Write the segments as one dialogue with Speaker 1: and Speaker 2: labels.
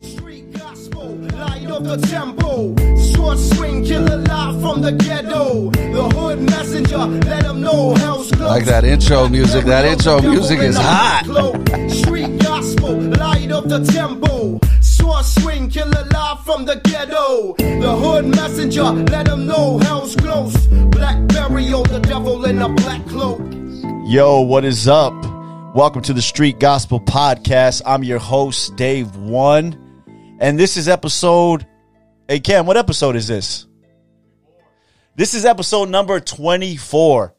Speaker 1: Street gospel, light of the tempo. Short swing, killer live from the ghetto. The hood messenger, let 'em know hell's close.
Speaker 2: Like that intro music. That intro music is hot.
Speaker 1: Street gospel, light of the tempo. Short swing, killer live from the ghetto. The hood messenger, let 'em know hell's close. Black burial, the devil in a black cloak.
Speaker 3: Yo, what is up? Welcome to the Street Gospel Podcast. I'm your host, Dave One, and this is episode. Hey, Cam, what episode is this? This is episode number 24.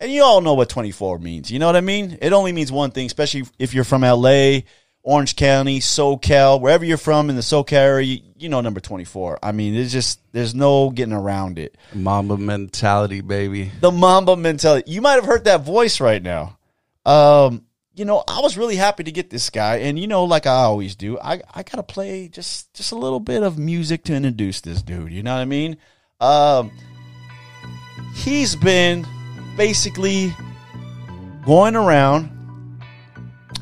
Speaker 3: And you all know what 24 means. You know what I mean? It only means one thing, especially if you're from LA, Orange County, SoCal, wherever you're from in the SoCal area, you, you know number 24. I mean, it's just, there's no getting around it.
Speaker 2: Mamba mentality, baby.
Speaker 3: the Mamba mentality. You might have heard that voice right now. Um, you know, I was really happy to get this guy, and you know, like I always do, I, I gotta play just just a little bit of music to introduce this dude. You know what I mean? Um, he's been basically going around,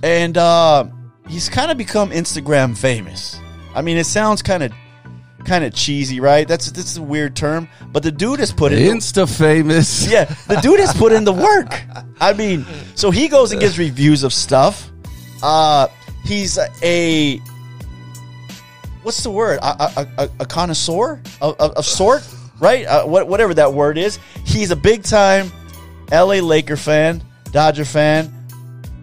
Speaker 3: and uh, he's kind of become Instagram famous. I mean, it sounds kind of kind of cheesy, right? That's this is a weird term, but the dude has put in
Speaker 2: Insta famous.
Speaker 3: yeah, the dude has put in the work. I mean, so he goes and gives reviews of stuff. Uh, he's a what's the word? A, a, a, a connoisseur of, of, of sort, right? Uh, what, whatever that word is. He's a big time L.A. Laker fan, Dodger fan.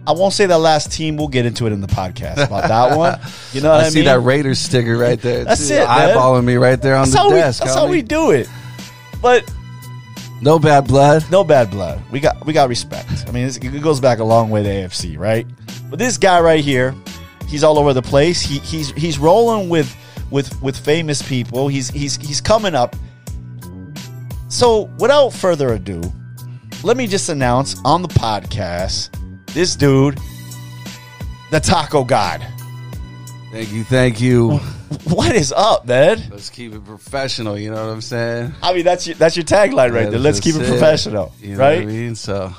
Speaker 3: I won't say that last team. We'll get into it in the podcast about that one. You know what I,
Speaker 2: I see
Speaker 3: mean?
Speaker 2: that Raiders sticker right there.
Speaker 3: That's
Speaker 2: too.
Speaker 3: it, man.
Speaker 2: Eyeballing me right there on
Speaker 3: that's
Speaker 2: the
Speaker 3: how we,
Speaker 2: desk.
Speaker 3: that's how
Speaker 2: homie.
Speaker 3: we do it. But
Speaker 2: No bad blood.
Speaker 3: no bad blood. We got we got respect. I mean, it's, it goes back a long way to AFC, right? But this guy right here, he's all over the place. He he's he's rolling with with with famous people. He's he's he's coming up. So, without further ado, let me just announce on the podcast this dude, the Taco God.
Speaker 2: Thank you, thank you.
Speaker 3: What is up, man?
Speaker 2: Let's keep it professional. You know what I'm saying?
Speaker 3: I mean, that's your that's your tagline right
Speaker 2: Yeah,
Speaker 3: there. Let's
Speaker 2: that's
Speaker 3: keep it
Speaker 2: it.
Speaker 3: professional,
Speaker 2: You know
Speaker 3: right?
Speaker 2: what I mean? So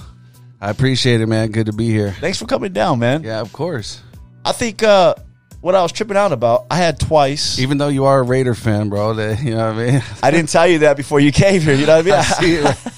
Speaker 2: I appreciate it, man. Good to be here.
Speaker 3: Thanks for coming down, man.
Speaker 2: Yeah, of course.
Speaker 3: I think uh, what I was tripping out about, I had twice.
Speaker 2: Even though you are a Raider fan, bro, that, you know what I mean?
Speaker 3: I didn't tell you that before you came here. You know what I mean? I,
Speaker 2: See, that's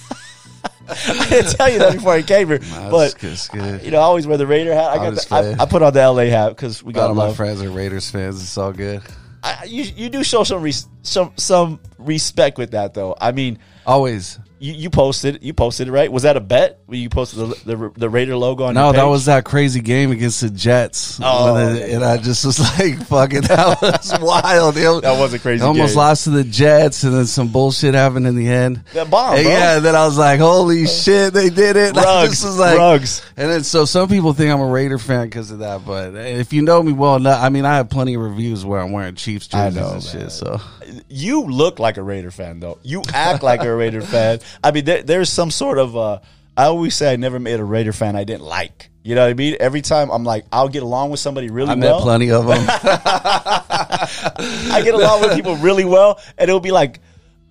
Speaker 3: didn't tell you that before I came here. but
Speaker 2: good, that's good.
Speaker 3: you know, I always wear the Raider hat. I
Speaker 2: I'm
Speaker 3: got
Speaker 2: just
Speaker 3: the, I,
Speaker 2: playing.
Speaker 3: I put on the LA hat because we
Speaker 2: A lot
Speaker 3: got
Speaker 2: of my
Speaker 3: love.
Speaker 2: friends are Raiders fans. It's all good.
Speaker 3: I, you you do show some res, some some respect with that though. I mean,
Speaker 2: Always.
Speaker 3: you, you posted you posted it right. Was that a bet? When you posted the the, the Raider logo on
Speaker 2: No,
Speaker 3: your
Speaker 2: that
Speaker 3: page?
Speaker 2: was that crazy game against the Jets.
Speaker 3: Oh.
Speaker 2: and, and I just was like, fucking, that was wild.
Speaker 3: that was a crazy.
Speaker 2: almost
Speaker 3: game.
Speaker 2: lost to the Jets, and then some bullshit happened in the end.
Speaker 3: That bomb,
Speaker 2: And
Speaker 3: bro.
Speaker 2: yeah, and then I was like, "Holy shit, they did it!" I
Speaker 3: Rugs,
Speaker 2: just was like,
Speaker 3: rugs.
Speaker 2: And then so some people think I'm a Raider fan because of that, but if you know me well enough, I mean, I have plenty of reviews where I'm wearing Chiefs
Speaker 3: I
Speaker 2: jerseys
Speaker 3: know,
Speaker 2: and
Speaker 3: man.
Speaker 2: shit. So
Speaker 3: you look like a Raider fan, though. You act like a Raider fan. I mean, there, there's some sort of. Uh, I always say I never made a Raider fan I didn't like. You know what I mean? Every time I'm like, I'll get along with somebody really
Speaker 2: I met
Speaker 3: well.
Speaker 2: plenty of them.
Speaker 3: I get along with people really well, and it'll be like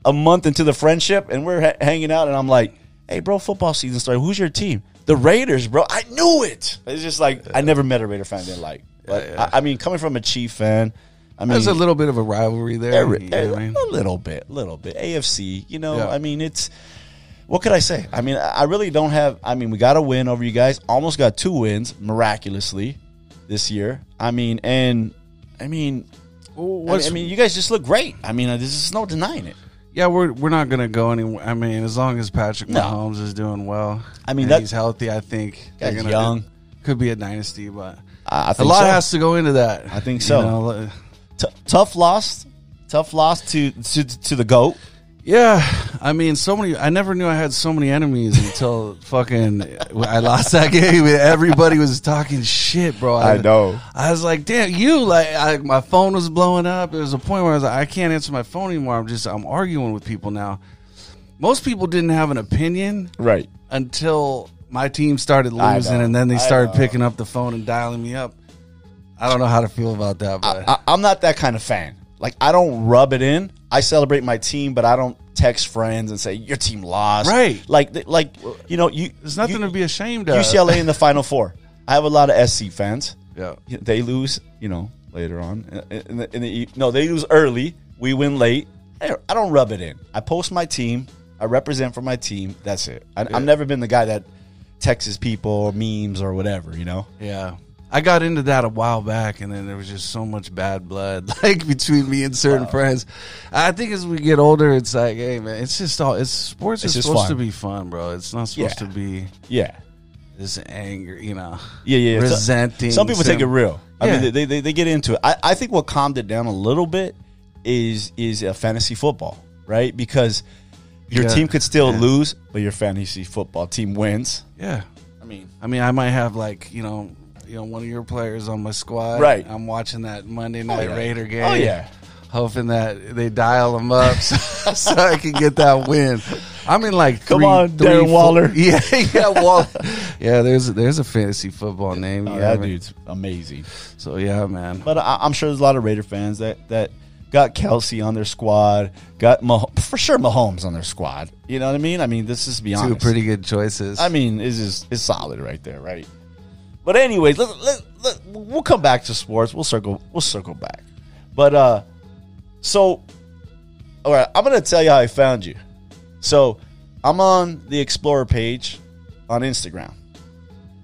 Speaker 3: a month into the friendship, and we're ha- hanging out, and I'm like, "Hey, bro, football season started. Who's your team? The Raiders, bro. I knew it. It's just like I never met a Raider fan I didn't like. But I, I mean, coming from a Chief fan, I mean,
Speaker 2: There's a little bit of a rivalry there.
Speaker 3: Every-
Speaker 2: you know what I mean?
Speaker 3: a little bit, little bit. AFC, you know,
Speaker 2: Yeah.
Speaker 3: I mean, it's what could I say? I mean, I I really don't have. I mean, we got a win over you guys. Almost got two wins miraculously this year. I mean, and I mean, I mean,
Speaker 2: What's-
Speaker 3: I mean, you guys just look great. I mean, uh, there's just no denying it.
Speaker 2: Yeah, we're we're not gonna go anywhere. I mean, as long as Patrick
Speaker 3: No.
Speaker 2: Mahomes is doing well,
Speaker 3: I mean,
Speaker 2: and
Speaker 3: that-
Speaker 2: he's healthy. I think they're
Speaker 3: Guy's
Speaker 2: gonna-
Speaker 3: young.
Speaker 2: could be a dynasty, but
Speaker 3: I, I
Speaker 2: a
Speaker 3: think
Speaker 2: lot
Speaker 3: so.
Speaker 2: has to go into that.
Speaker 3: I think
Speaker 2: You
Speaker 3: so.
Speaker 2: know, li-
Speaker 3: T- tough loss, tough loss to to to the goat.
Speaker 2: yeah, I mean, so many. I never knew I had so many enemies until fucking I lost that game. and Everybody was talking shit, bro.
Speaker 3: I know.
Speaker 2: I was like, damn, you like I, my phone was blowing up. There was a point where I was like, I can't answer my phone anymore. I'm just I'm arguing with people now. Most people didn't have an opinion
Speaker 3: Right.
Speaker 2: until my team started
Speaker 3: I
Speaker 2: losing,
Speaker 3: know.
Speaker 2: and then
Speaker 3: I
Speaker 2: they started
Speaker 3: know.
Speaker 2: picking up the phone and dialing me up. I don't know how to feel about that, but
Speaker 3: I, I'm not that kind of fan. Like I don't rub it in. I celebrate my team, but I don't text friends and say your team lost.
Speaker 2: Right.
Speaker 3: Like th- like you know you
Speaker 2: there's nothing
Speaker 3: you, uh,
Speaker 2: to be ashamed of.
Speaker 3: UCLA in the Final Four. I have a lot of SC fans.
Speaker 2: Yeah.
Speaker 3: They lose. You know later on. In the, in the, e- no, they lose early. We win late. I I don't rub it in. I post my team. I represent for my team. That's it. I, I've never been the guy that texts people or memes or whatever. You know.
Speaker 2: Yeah. I got into that a while back, and then there was just so much bad blood, like between me and certain friends. I think as we get older, it's like, hey man, it's just all it's sports
Speaker 3: It's
Speaker 2: is
Speaker 3: just
Speaker 2: supposed
Speaker 3: fun.
Speaker 2: to be fun, bro. It's not supposed
Speaker 3: Yeah.
Speaker 2: to be
Speaker 3: Yeah.
Speaker 2: this anger, you know.
Speaker 3: Yeah, yeah. yeah. So-
Speaker 2: Resenting.
Speaker 3: Some people take it
Speaker 2: some-
Speaker 3: real. I
Speaker 2: Yeah.
Speaker 3: mean, they, they, they get into it. I, I think what calmed it down a little bit is is a fantasy football, right? Because your
Speaker 2: Yeah.
Speaker 3: team could still
Speaker 2: Yeah.
Speaker 3: lose, but your fantasy football team wins.
Speaker 2: Yeah.
Speaker 3: I mean,
Speaker 2: I mean, I might have like you know, you know, one of your players on my squad.
Speaker 3: Right.
Speaker 2: I'm watching that Monday night
Speaker 3: yeah.
Speaker 2: Raider game.
Speaker 3: Oh, yeah.
Speaker 2: Hoping that they dial him up so, so I can get that win. I'm in like
Speaker 3: Come
Speaker 2: three-
Speaker 3: on,
Speaker 2: three,
Speaker 3: Darren
Speaker 2: fo-
Speaker 3: Waller.
Speaker 2: Yeah, yeah, Waller. yeah, there's there's a fantasy football name. yeah,
Speaker 3: Oh, that
Speaker 2: man.
Speaker 3: dude's amazing.
Speaker 2: So yeah, man.
Speaker 3: But I, I'm sure there's a lot of Raider fans that that got Kelsey on their squad, got Mah- for sure Mahomes on their squad. You know what I mean? I mean, this is
Speaker 2: Two
Speaker 3: beyond
Speaker 2: pretty good choices.
Speaker 3: I mean, it's just it's solid right there, right? But anyways, let, let, let, we'll come back to sports. We'll circle we'll circle back. But uh so all right, I'm gonna tell you how I found you. So I'm on the Explorer page on Instagram.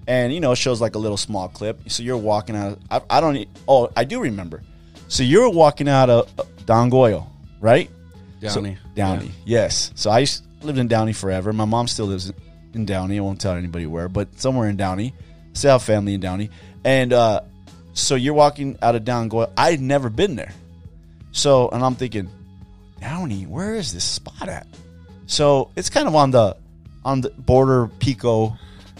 Speaker 3: And you know, it shows like a little small clip. So you're walking out. I, I don't. e- Oh, I do remember. So you're walking out of uh, Dongoyo, right? So-
Speaker 2: Downey.
Speaker 3: Downey, yes. So I used, lived in Downey forever. My mom still lives in- in Downey. I won't tell anybody where, but somewhere in Downey. Still have family in Downey. And uh, so you're walking out of Downey. Going, I'd never been there. So, and I'm thinking, Downey, where is this spot at? So it's kind of on the on the border Pico,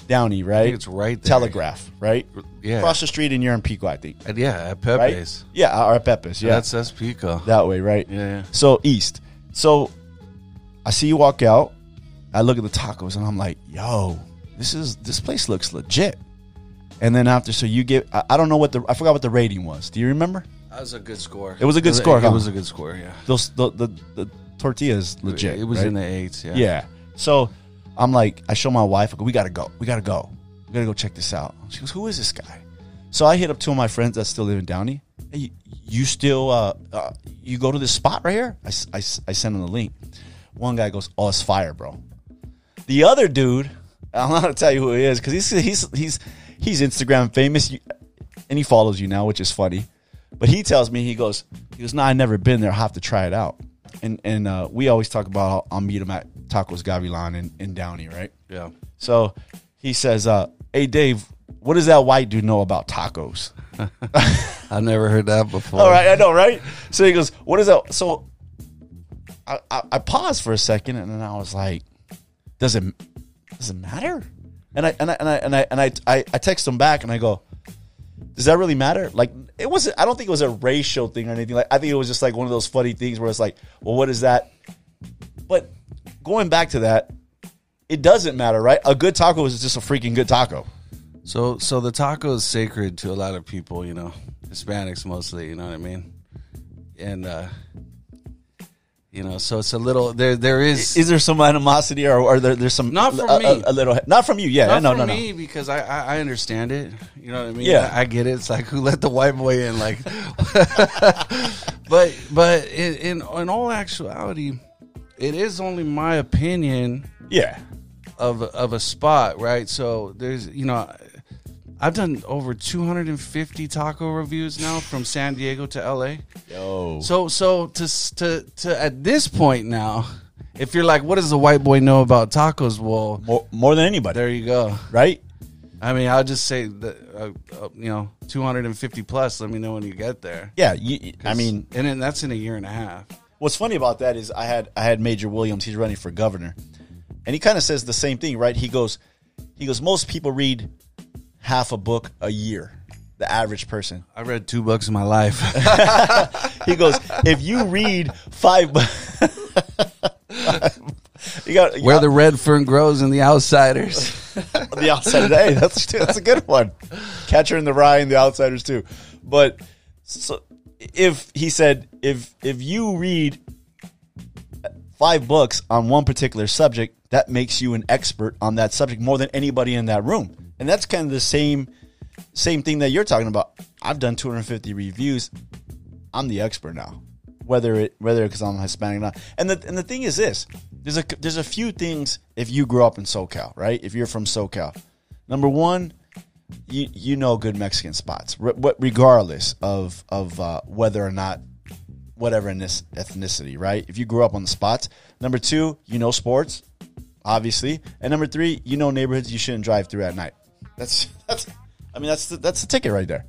Speaker 3: Downey, right?
Speaker 2: it's right there.
Speaker 3: Telegraph, right?
Speaker 2: Yeah.
Speaker 3: Across the street, and you're in Pico, I think.
Speaker 2: And yeah, at
Speaker 3: Right?
Speaker 2: Pepe's.
Speaker 3: Yeah, or Pepe's. Yeah,
Speaker 2: That's that's Pico.
Speaker 3: that way, right?
Speaker 2: Yeah, yeah.
Speaker 3: So east. So I see you walk out. I look at the tacos and I'm like, yo, this is this place looks legit. And then after, so you get I, I don't know what the I forgot what the rating was. Do you remember?
Speaker 2: That was a good score.
Speaker 3: It was a good score,
Speaker 2: It,
Speaker 3: huh?
Speaker 2: was a good score. Yeah.
Speaker 3: Those the the, the tortillas legit.
Speaker 2: It was
Speaker 3: right?
Speaker 2: in the eights. Yeah.
Speaker 3: Yeah. So I'm like, I show my wife, I go, we gotta go. We gotta go. We gotta go check this out. She goes, who is this guy? So I hit up two of my friends that still live in Downey. Hey, you- you still, uh, uh, you go to this spot right here? I, s- I s- I send him the link. One guy goes, oh, it's fire, bro. The other dude, I'm not gonna tell you who he is because he's, he's, he's, he's Instagram famous you- and he follows you now, which is funny. But he tells me, he goes, he goes, no, i never been there. I'll have to try it out. And and uh, we always talk about I'll, I'll meet him at Tacos Gavilan in, in Downey, right?
Speaker 2: Yeah.
Speaker 3: So he says, uh, hey, Dave, what does that white dude know about tacos?
Speaker 2: I never heard that before.
Speaker 3: All right, I know, right? So he goes, "What is that?" So I, I, I paused for a second, and then I was like, "Does it does it matter?" And I and I and I and I and I, I, I text him back, and I go, "Does that really matter?" Like it wasn't. I don't think it was a racial thing or anything. Like I think it was just like one of those funny things where it's like, "Well, what is that?" But going back to that, it doesn't matter, right? A good taco is just a freaking good taco.
Speaker 2: So, so the taco is sacred to a lot of people, you know, Hispanics mostly. You know what I mean? And uh you know, so it's a little there. There is,
Speaker 3: Is there some animosity, or are there there's some
Speaker 2: Not from
Speaker 3: a, a-
Speaker 2: me.
Speaker 3: a little not from you? Yeah,
Speaker 2: not
Speaker 3: no,
Speaker 2: for
Speaker 3: no, no.
Speaker 2: me because I, I I understand it. You know what I mean?
Speaker 3: Yeah.
Speaker 2: I, I get it. It's like who let the white boy in? Like, but but in, in in all actuality, it is only my opinion
Speaker 3: Yeah.
Speaker 2: of of a spot, right? So there's you know, I've done over 250 taco reviews now from San Diego to LA.
Speaker 3: Yo.
Speaker 2: So so to s- to to at this point now, if you're like, what does the white boy know about tacos? Well,
Speaker 3: More, more than anybody,
Speaker 2: there you go.
Speaker 3: right?
Speaker 2: I mean, I'll just say that uh, uh, you know 250 plus. Let me know when you get there.
Speaker 3: Yeah. You, I mean,
Speaker 2: and then that's in a year and a half.
Speaker 3: what's funny about that is I had I had Major Williams. He's running for governor, and he kind of says the same thing, right? He goes, he goes. Most people read half a book a year. The average person.
Speaker 2: I read two books in my life.
Speaker 3: He goes, if you read five. bu- you got
Speaker 2: Where the red fern grows in the outsiders.
Speaker 3: the outsiders. Hey, that's that's a good one. Catcher in the Rye and the outsiders too. But so if he said if if you read five books on one particular subject, that makes you an expert on that subject more than anybody in that room. And that's kind of the same Same thing that you're talking about. I've done 250 reviews. I'm the expert now. Whether it whether because I'm Hispanic or not, and the and the thing is this, there's a there's a few things if you grew up in SoCal, right? If you're from SoCal, number one, you you know good Mexican spots, re- what- regardless of of uh, whether or not whatever in this ethnicity, right? If you grew up on the spots, number two, you know sports, obviously, and number three, you know neighborhoods you shouldn't drive through at night. That's that's, I mean that's the, that's the ticket right there.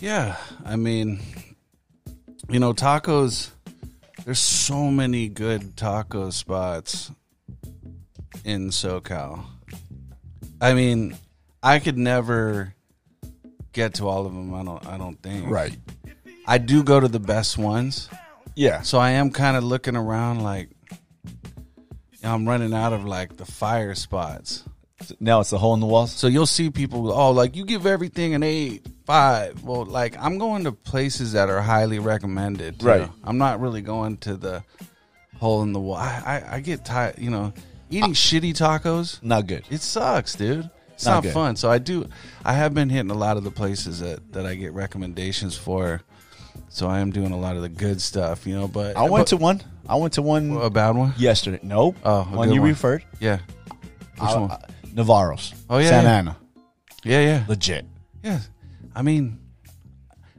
Speaker 2: Yeah, I mean, you know, tacos. There's so many good taco spots in SoCal. I mean, I could never get to all of them. I don't. I don't think. I do go to the best ones,
Speaker 3: Yeah.
Speaker 2: so I am kind of looking around like you know, I'm running out of like the fire spots.
Speaker 3: Now it's the hole in the walls.
Speaker 2: So you'll see people, oh, like you give everything an eight, five. Well, like I'm going to places that are highly recommended. you
Speaker 3: Right.
Speaker 2: know. I'm not really going to the hole in the wall. I, I, I get tired, you know, eating shitty tacos.
Speaker 3: Not good.
Speaker 2: It sucks, dude. It's
Speaker 3: Not
Speaker 2: not,
Speaker 3: good.
Speaker 2: fun. So I do, I have been hitting a lot of the places that, that I get recommendations for. So I am doing a lot of the good stuff, you know, but
Speaker 3: I went to one. I went to one
Speaker 2: a bad one.
Speaker 3: yesterday. Nope.
Speaker 2: Oh, a
Speaker 3: one
Speaker 2: good
Speaker 3: you
Speaker 2: one.
Speaker 3: referred.
Speaker 2: Yeah. Which
Speaker 3: I-
Speaker 2: one?
Speaker 3: I- Navarro's.
Speaker 2: Oh, yeah,
Speaker 3: Santa
Speaker 2: yeah.
Speaker 3: Ana.
Speaker 2: yeah, yeah.
Speaker 3: Legit.
Speaker 2: Yeah, I mean,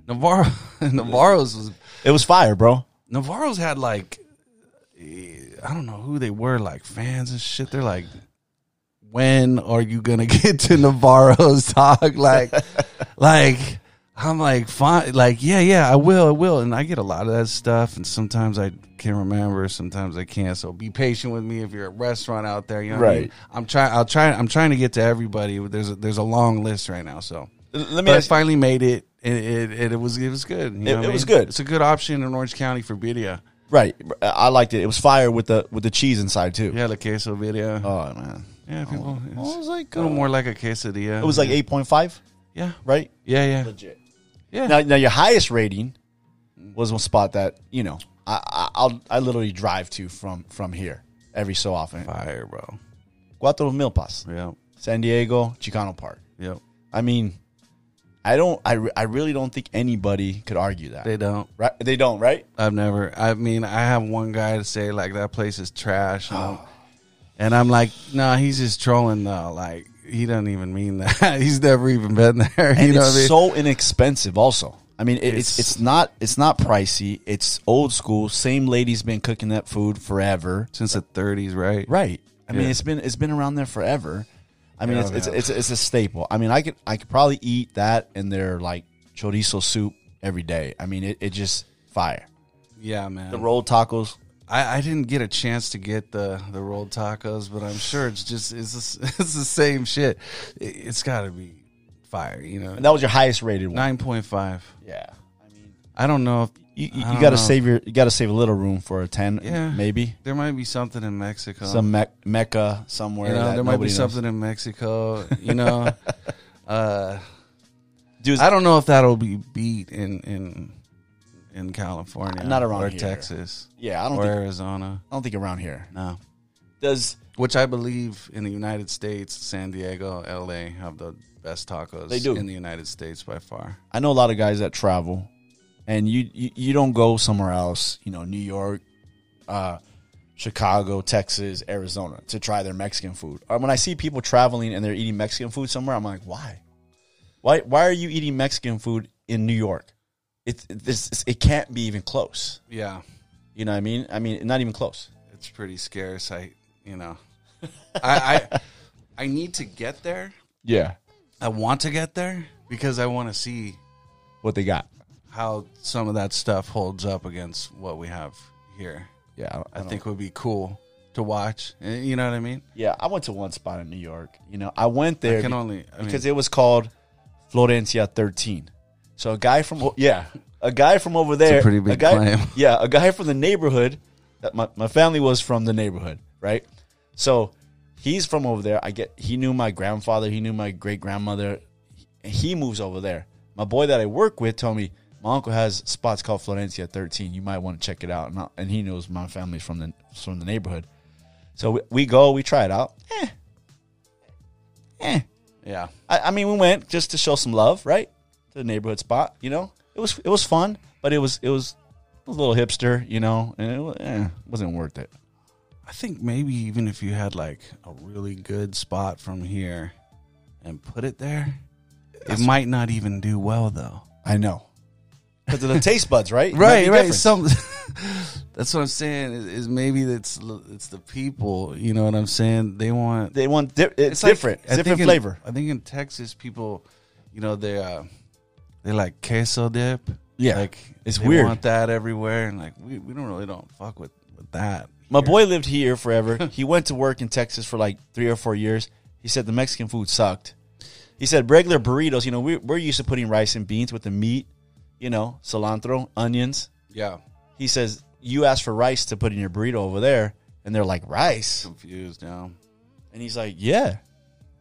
Speaker 2: Navarro, Navarro's was
Speaker 3: It was fire, bro.
Speaker 2: Navarro's had like, eh, I don't know who they were, like fans and shit. They're like, when are you gonna get to Navarro's dog? Like, like I'm like fine, like yeah, yeah, I will, I will, and I get a lot of that stuff, and sometimes I can remember, sometimes I can't. So be patient with me if you're at a restaurant out there. You know what I
Speaker 3: Right.
Speaker 2: mean? I'm trying. I'll try. I'm trying to get to everybody. There's a, there's a long list right now, so.
Speaker 3: L- Let me
Speaker 2: But I
Speaker 3: ask-
Speaker 2: finally made it, and it, it, it was it was good. you know
Speaker 3: It-
Speaker 2: what I
Speaker 3: it was
Speaker 2: mean?
Speaker 3: good.
Speaker 2: It's a good option in Orange County for video.
Speaker 3: Right. I I liked it. It was fire with the with the cheese inside too.
Speaker 2: Yeah, the queso video.
Speaker 3: Oh man.
Speaker 2: yeah, people. It's
Speaker 3: Well, it was like
Speaker 2: a little
Speaker 3: uh,
Speaker 2: more like a quesadilla.
Speaker 3: It was like eight point five,
Speaker 2: yeah,
Speaker 3: right?
Speaker 2: yeah, yeah,
Speaker 3: Legit.
Speaker 2: yeah.
Speaker 3: Now, now your highest rating was one spot that you know I I, I'll, I literally drive to from from here every so often.
Speaker 2: Fire, bro.
Speaker 3: Cuatro Milpas,
Speaker 2: Yeah,
Speaker 3: San Diego, Chicano Park.
Speaker 2: yeah.
Speaker 3: I mean, I don't. I, re- I really don't think anybody could argue that.
Speaker 2: They don't.
Speaker 3: right? They don't. Right?
Speaker 2: I've never. I mean, I have one guy to say like that place is trash, and, I'm, and I'm like, no, nah, he's just trolling though. Like he doesn't even mean that. he's never even been there.
Speaker 3: And
Speaker 2: you know
Speaker 3: it's
Speaker 2: what I mean?
Speaker 3: so inexpensive. Also, I mean, it,
Speaker 2: It's-
Speaker 3: it's it's not it's not pricey. It's old school. Same lady's been cooking that food forever.
Speaker 2: Since the 30s, right?
Speaker 3: Right. I mean,
Speaker 2: Yeah.
Speaker 3: it's been it's been around there forever. I mean,
Speaker 2: Yeah,
Speaker 3: it's, it's
Speaker 2: man.
Speaker 3: it's it's a staple. I mean, I could I could probably eat that and their like chorizo soup every day. I mean, it, it just fire.
Speaker 2: Yeah, man.
Speaker 3: The rolled tacos.
Speaker 2: I, I didn't get a chance to get the, the rolled tacos, but I'm sure it's just it's the, s- it's the same shit. It, it's got to be fire, you know.
Speaker 3: And that was your highest rated one.
Speaker 2: Nine point five.
Speaker 3: Yeah. I mean,
Speaker 2: I don't know if
Speaker 3: you, you,
Speaker 2: I
Speaker 3: you
Speaker 2: don't
Speaker 3: got
Speaker 2: know.
Speaker 3: to save your you got to save a little room for a 10
Speaker 2: Yeah.
Speaker 3: maybe.
Speaker 2: there might be something in Mexico.
Speaker 3: Some mec- Mecca somewhere.
Speaker 2: you know,
Speaker 3: that
Speaker 2: there might be
Speaker 3: nobody knows.
Speaker 2: something in Mexico. You know, uh,
Speaker 3: Dude,
Speaker 2: I don't know if that'll be beat in in in California,
Speaker 3: Not around
Speaker 2: or
Speaker 3: here.
Speaker 2: Texas
Speaker 3: yeah, I don't
Speaker 2: or
Speaker 3: think
Speaker 2: Arizona.
Speaker 3: I don't think around here.
Speaker 2: No,
Speaker 3: Does
Speaker 2: which I believe in the United States, San Diego, LA have the best tacos
Speaker 3: They do.
Speaker 2: in the United States by far.
Speaker 3: I know a lot of guys that travel, and you you, you don't go somewhere else. You know, New York, uh, Chicago, Texas, Arizona to try their Mexican food. Or when I see people traveling and they're eating Mexican food somewhere, I'm like, why? Why why are you eating Mexican food in New York? It's this it's- it can't be even close.
Speaker 2: Yeah,
Speaker 3: You know what I mean? I mean, not even close.
Speaker 2: it's pretty scarce. I, you know, I, I, I need to get there.
Speaker 3: Yeah,
Speaker 2: I want to get there because I want to see
Speaker 3: what they got.
Speaker 2: how some of that stuff holds up against what we have here.
Speaker 3: Yeah, I, don't-
Speaker 2: I,
Speaker 3: don't-
Speaker 2: think would be cool to watch. Eh, You know what I mean?
Speaker 3: Yeah, I went to one spot in New York. You know, I went there
Speaker 2: I can
Speaker 3: be-
Speaker 2: only I mean,
Speaker 3: because it was called Florencia 13. So a guy from o- yeah, a guy from over there,
Speaker 2: pretty big
Speaker 3: guy,
Speaker 2: claim.
Speaker 3: Yeah, a guy from the neighborhood. That my, my family was from the neighborhood, right? So he's from over there. I get he knew my grandfather, he knew my great grandmother. He moves over there. My boy that I work with told me my uncle has spots called Florencia 13. You might want to check it out. And, I, and he knows my family's from the from the neighborhood. So we, we go, we try it out. Eh, eh,
Speaker 2: Yeah.
Speaker 3: I, I mean, we went just to show some love, right, to the neighborhood spot. You know, it was it was fun, but it was it was a little hipster, you know, and it wa- eh, wasn't worth it.
Speaker 2: I think maybe even if you had like a really good spot from here and put it there, it might not even do well though.
Speaker 3: I know because of the taste buds, right?
Speaker 2: Right,
Speaker 3: Might
Speaker 2: right.
Speaker 3: be different.
Speaker 2: Some that's what I'm saying is, is maybe it's it's the people. You know what I'm saying? They want
Speaker 3: they want di- it's,
Speaker 2: like-
Speaker 3: different,
Speaker 2: I
Speaker 3: it's different
Speaker 2: think in-
Speaker 3: flavor.
Speaker 2: I think in Texas, people, you know, they uh, they like queso dip.
Speaker 3: Yeah.
Speaker 2: like
Speaker 3: It's
Speaker 2: they
Speaker 3: weird.
Speaker 2: Want that everywhere, and like we, we don't really don't fuck with with that.
Speaker 3: My boy lived here forever. he went to work in Texas for like three or four years. He said the Mexican food sucked. He said regular burritos, you know, we're, we're used to putting rice and beans with the meat, you know, cilantro, onions.
Speaker 2: Yeah,
Speaker 3: He says, You asked for rice to put in your burrito over there. And they're like, Rice?
Speaker 2: confused now.
Speaker 3: And he's like, Yeah.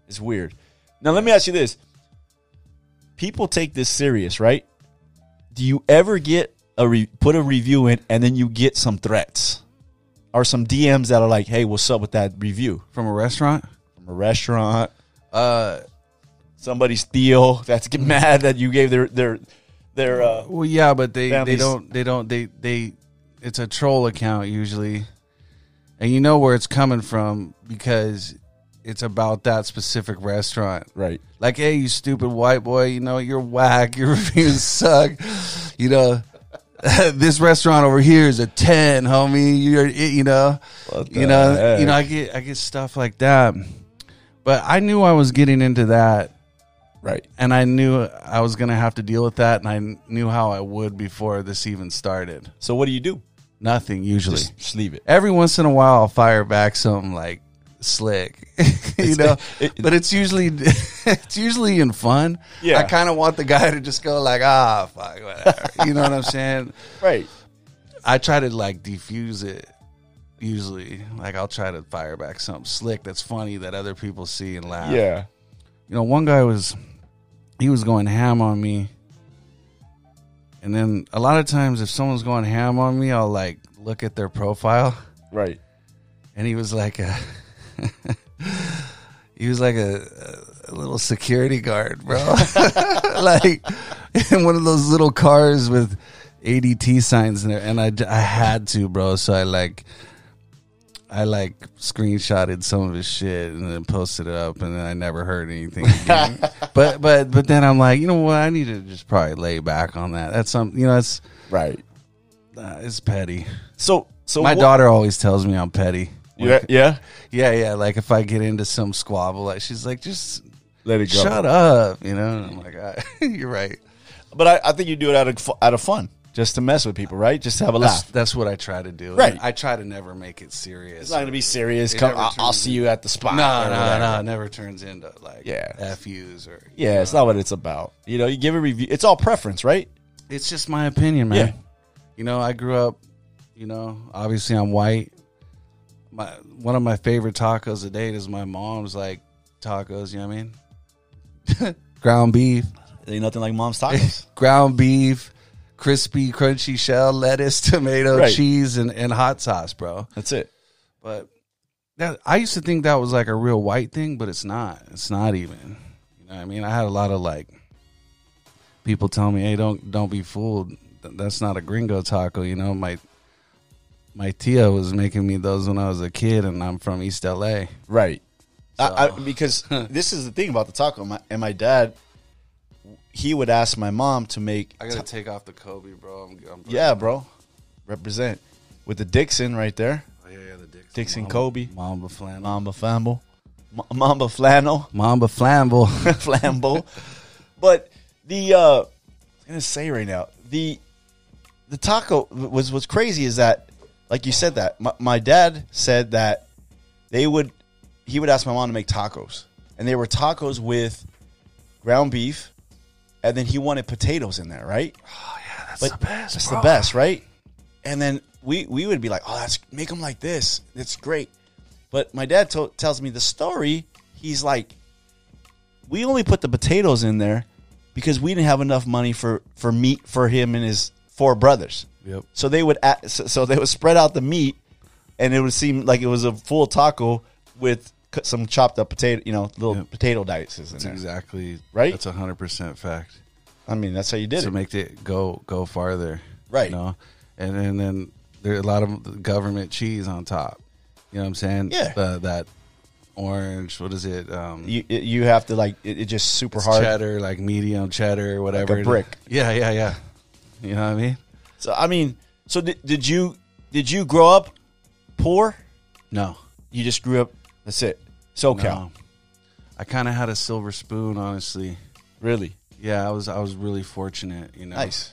Speaker 3: It's weird. Now, let me ask you this people take this serious, right? Do you ever get a re- put a review in and then you get some threats or some DMs that are like, Hey, what's up with that review?
Speaker 2: From a restaurant,
Speaker 3: from a restaurant.
Speaker 2: uh,
Speaker 3: Somebody steal. That's get mad that you gave their their their. Uh,
Speaker 2: well, yeah, but they
Speaker 3: Families.
Speaker 2: they don't they don't they they it's a troll account usually, and you know where it's coming from because it's about that specific restaurant.
Speaker 3: right.
Speaker 2: Like, hey, you stupid white boy, you know, you're whack, your reviews suck. You know, this restaurant over here is a 10, homie. You're, you know,
Speaker 3: What the
Speaker 2: you know,
Speaker 3: heck?
Speaker 2: you know, I get, I get stuff like that. But I knew I was getting into that
Speaker 3: Right.
Speaker 2: and I knew I was going to have to deal with that. And I knew how I would before this even started.
Speaker 3: So what do you do?
Speaker 2: Nothing usually.
Speaker 3: Just, just leave it.
Speaker 2: Every once in a while, I'll fire back something like slick, you know.
Speaker 3: it-
Speaker 2: but it's usually it's usually in fun.
Speaker 3: Yeah.
Speaker 2: I kind of want the guy to just go like, ah, fuck, whatever. you know what I'm saying?
Speaker 3: Right.
Speaker 2: I try to like defuse it. Usually, like I'll try to fire back something slick that's funny that other people see and laugh.
Speaker 3: Yeah.
Speaker 2: You know, one guy was he was going ham on me. And then a lot of times if someone's going ham on me, I'll like look at their profile
Speaker 3: Right.
Speaker 2: and he was like a he was like a, a little security guard, bro. like in one of those little cars with ADT signs in there, and I j- I had to, bro. So I like. I like screenshotted some of his shit and then posted it up, and then I never heard anything. Again. but but but then I'm like, you know what? I need to just probably lay back on that. That's some, you know, it's
Speaker 3: Right.
Speaker 2: uh, it's petty.
Speaker 3: So so
Speaker 2: My
Speaker 3: what-
Speaker 2: daughter always tells me I'm petty.
Speaker 3: Yeah. Yeah.
Speaker 2: Yeah, yeah. Like if I get into some squabble, like she's like, just
Speaker 3: Let it go.
Speaker 2: shut up, you know. And I'm like, I, you're right.
Speaker 3: But I, I think you do it out of fu- out of fun, just to mess with people, right? Just to have a
Speaker 2: That's,
Speaker 3: laugh.
Speaker 2: that's what I try to do.
Speaker 3: Ah. Right.
Speaker 2: I try to never make it serious.
Speaker 3: It's not gonna be serious.
Speaker 2: It
Speaker 3: Come,
Speaker 2: never
Speaker 3: I'll, I'll
Speaker 2: turns
Speaker 3: see you at the spot.
Speaker 2: no,
Speaker 3: or
Speaker 2: no,
Speaker 3: whatever.
Speaker 2: no. It never turns into like
Speaker 3: Yeah.
Speaker 2: FUs or.
Speaker 3: Yeah, it's not what it's about. You know, you give a review. It's all preference, right?
Speaker 2: It's just my opinion, man.
Speaker 3: Yeah.
Speaker 2: You know, I grew up. You know, obviously I'm white. My one of my favorite tacos to date is my mom's like tacos. You know what I mean? Ground beef.
Speaker 3: Ain't nothing like mom's tacos.
Speaker 2: ground beef, crispy, crunchy shell, lettuce, tomato,
Speaker 3: Right.
Speaker 2: cheese, and, and hot sauce, bro.
Speaker 3: That's it.
Speaker 2: But that I used to think that was like a real white thing, but it's not. It's not even. You know what I mean? I had a lot of like people tell me, "Hey, don't don't be fooled. Th- That's not a gringo taco." You know, my my tia was making me those when I was a kid, and I'm from East LA.
Speaker 3: Right. I, I, because this is the thing about the taco. My, and my dad, he would ask my mom to make.
Speaker 2: I gotta take off the Kobe, bro. I'm, I'm
Speaker 3: yeah, bro. Represent. With the Dixon right there.
Speaker 2: yeah, the Dixon,
Speaker 3: Dixon
Speaker 2: Mamba-
Speaker 3: Kobe.
Speaker 2: Mamba flannel,
Speaker 3: Mamba Flamble. Ma- Mamba Flannel.
Speaker 2: Mamba flamble.
Speaker 3: Flamble. but the, uh, I'm going to say right now, the the taco was what's crazy is that, like you said, that my, my dad said that they would, he would ask my mom to make tacos. And they were tacos with ground beef, and then he wanted potatoes in there, right?
Speaker 2: That's
Speaker 3: But that's the best, right? And then we we would be like, oh, that's make them like this. It's great. But my dad to- tells me the story. He's like, we only put the potatoes in there because we didn't have enough money for for meat for him and his four brothers.
Speaker 2: Yep.
Speaker 3: So they would a- so so they would spread out the meat, and it would seem like it was a full taco with cut some chopped up potato, you know, little
Speaker 2: Yep.
Speaker 3: potato dices in
Speaker 2: That's
Speaker 3: there.
Speaker 2: exactly
Speaker 3: Right?
Speaker 2: That's a hundred percent fact.
Speaker 3: I mean, that's how you did
Speaker 2: to
Speaker 3: it.
Speaker 2: make it go go farther,
Speaker 3: Right.
Speaker 2: You know, and and then there are a lot of government cheese on top. You know what I'm saying?
Speaker 3: Yeah.
Speaker 2: The, that orange. What is it? Um,
Speaker 3: You it- you have to like it, it just super
Speaker 2: it's
Speaker 3: hard.
Speaker 2: cheddar, like medium cheddar, whatever. it is.
Speaker 3: brick.
Speaker 2: Yeah, yeah, yeah. You know what I mean?
Speaker 3: So I mean, so did, did you did you grow up poor?
Speaker 2: No,
Speaker 3: You just grew up. That's it. SoCal,
Speaker 2: no. I kind of had a silver spoon, honestly.
Speaker 3: really
Speaker 2: Yeah, I was I was really fortunate. You know.
Speaker 3: nice.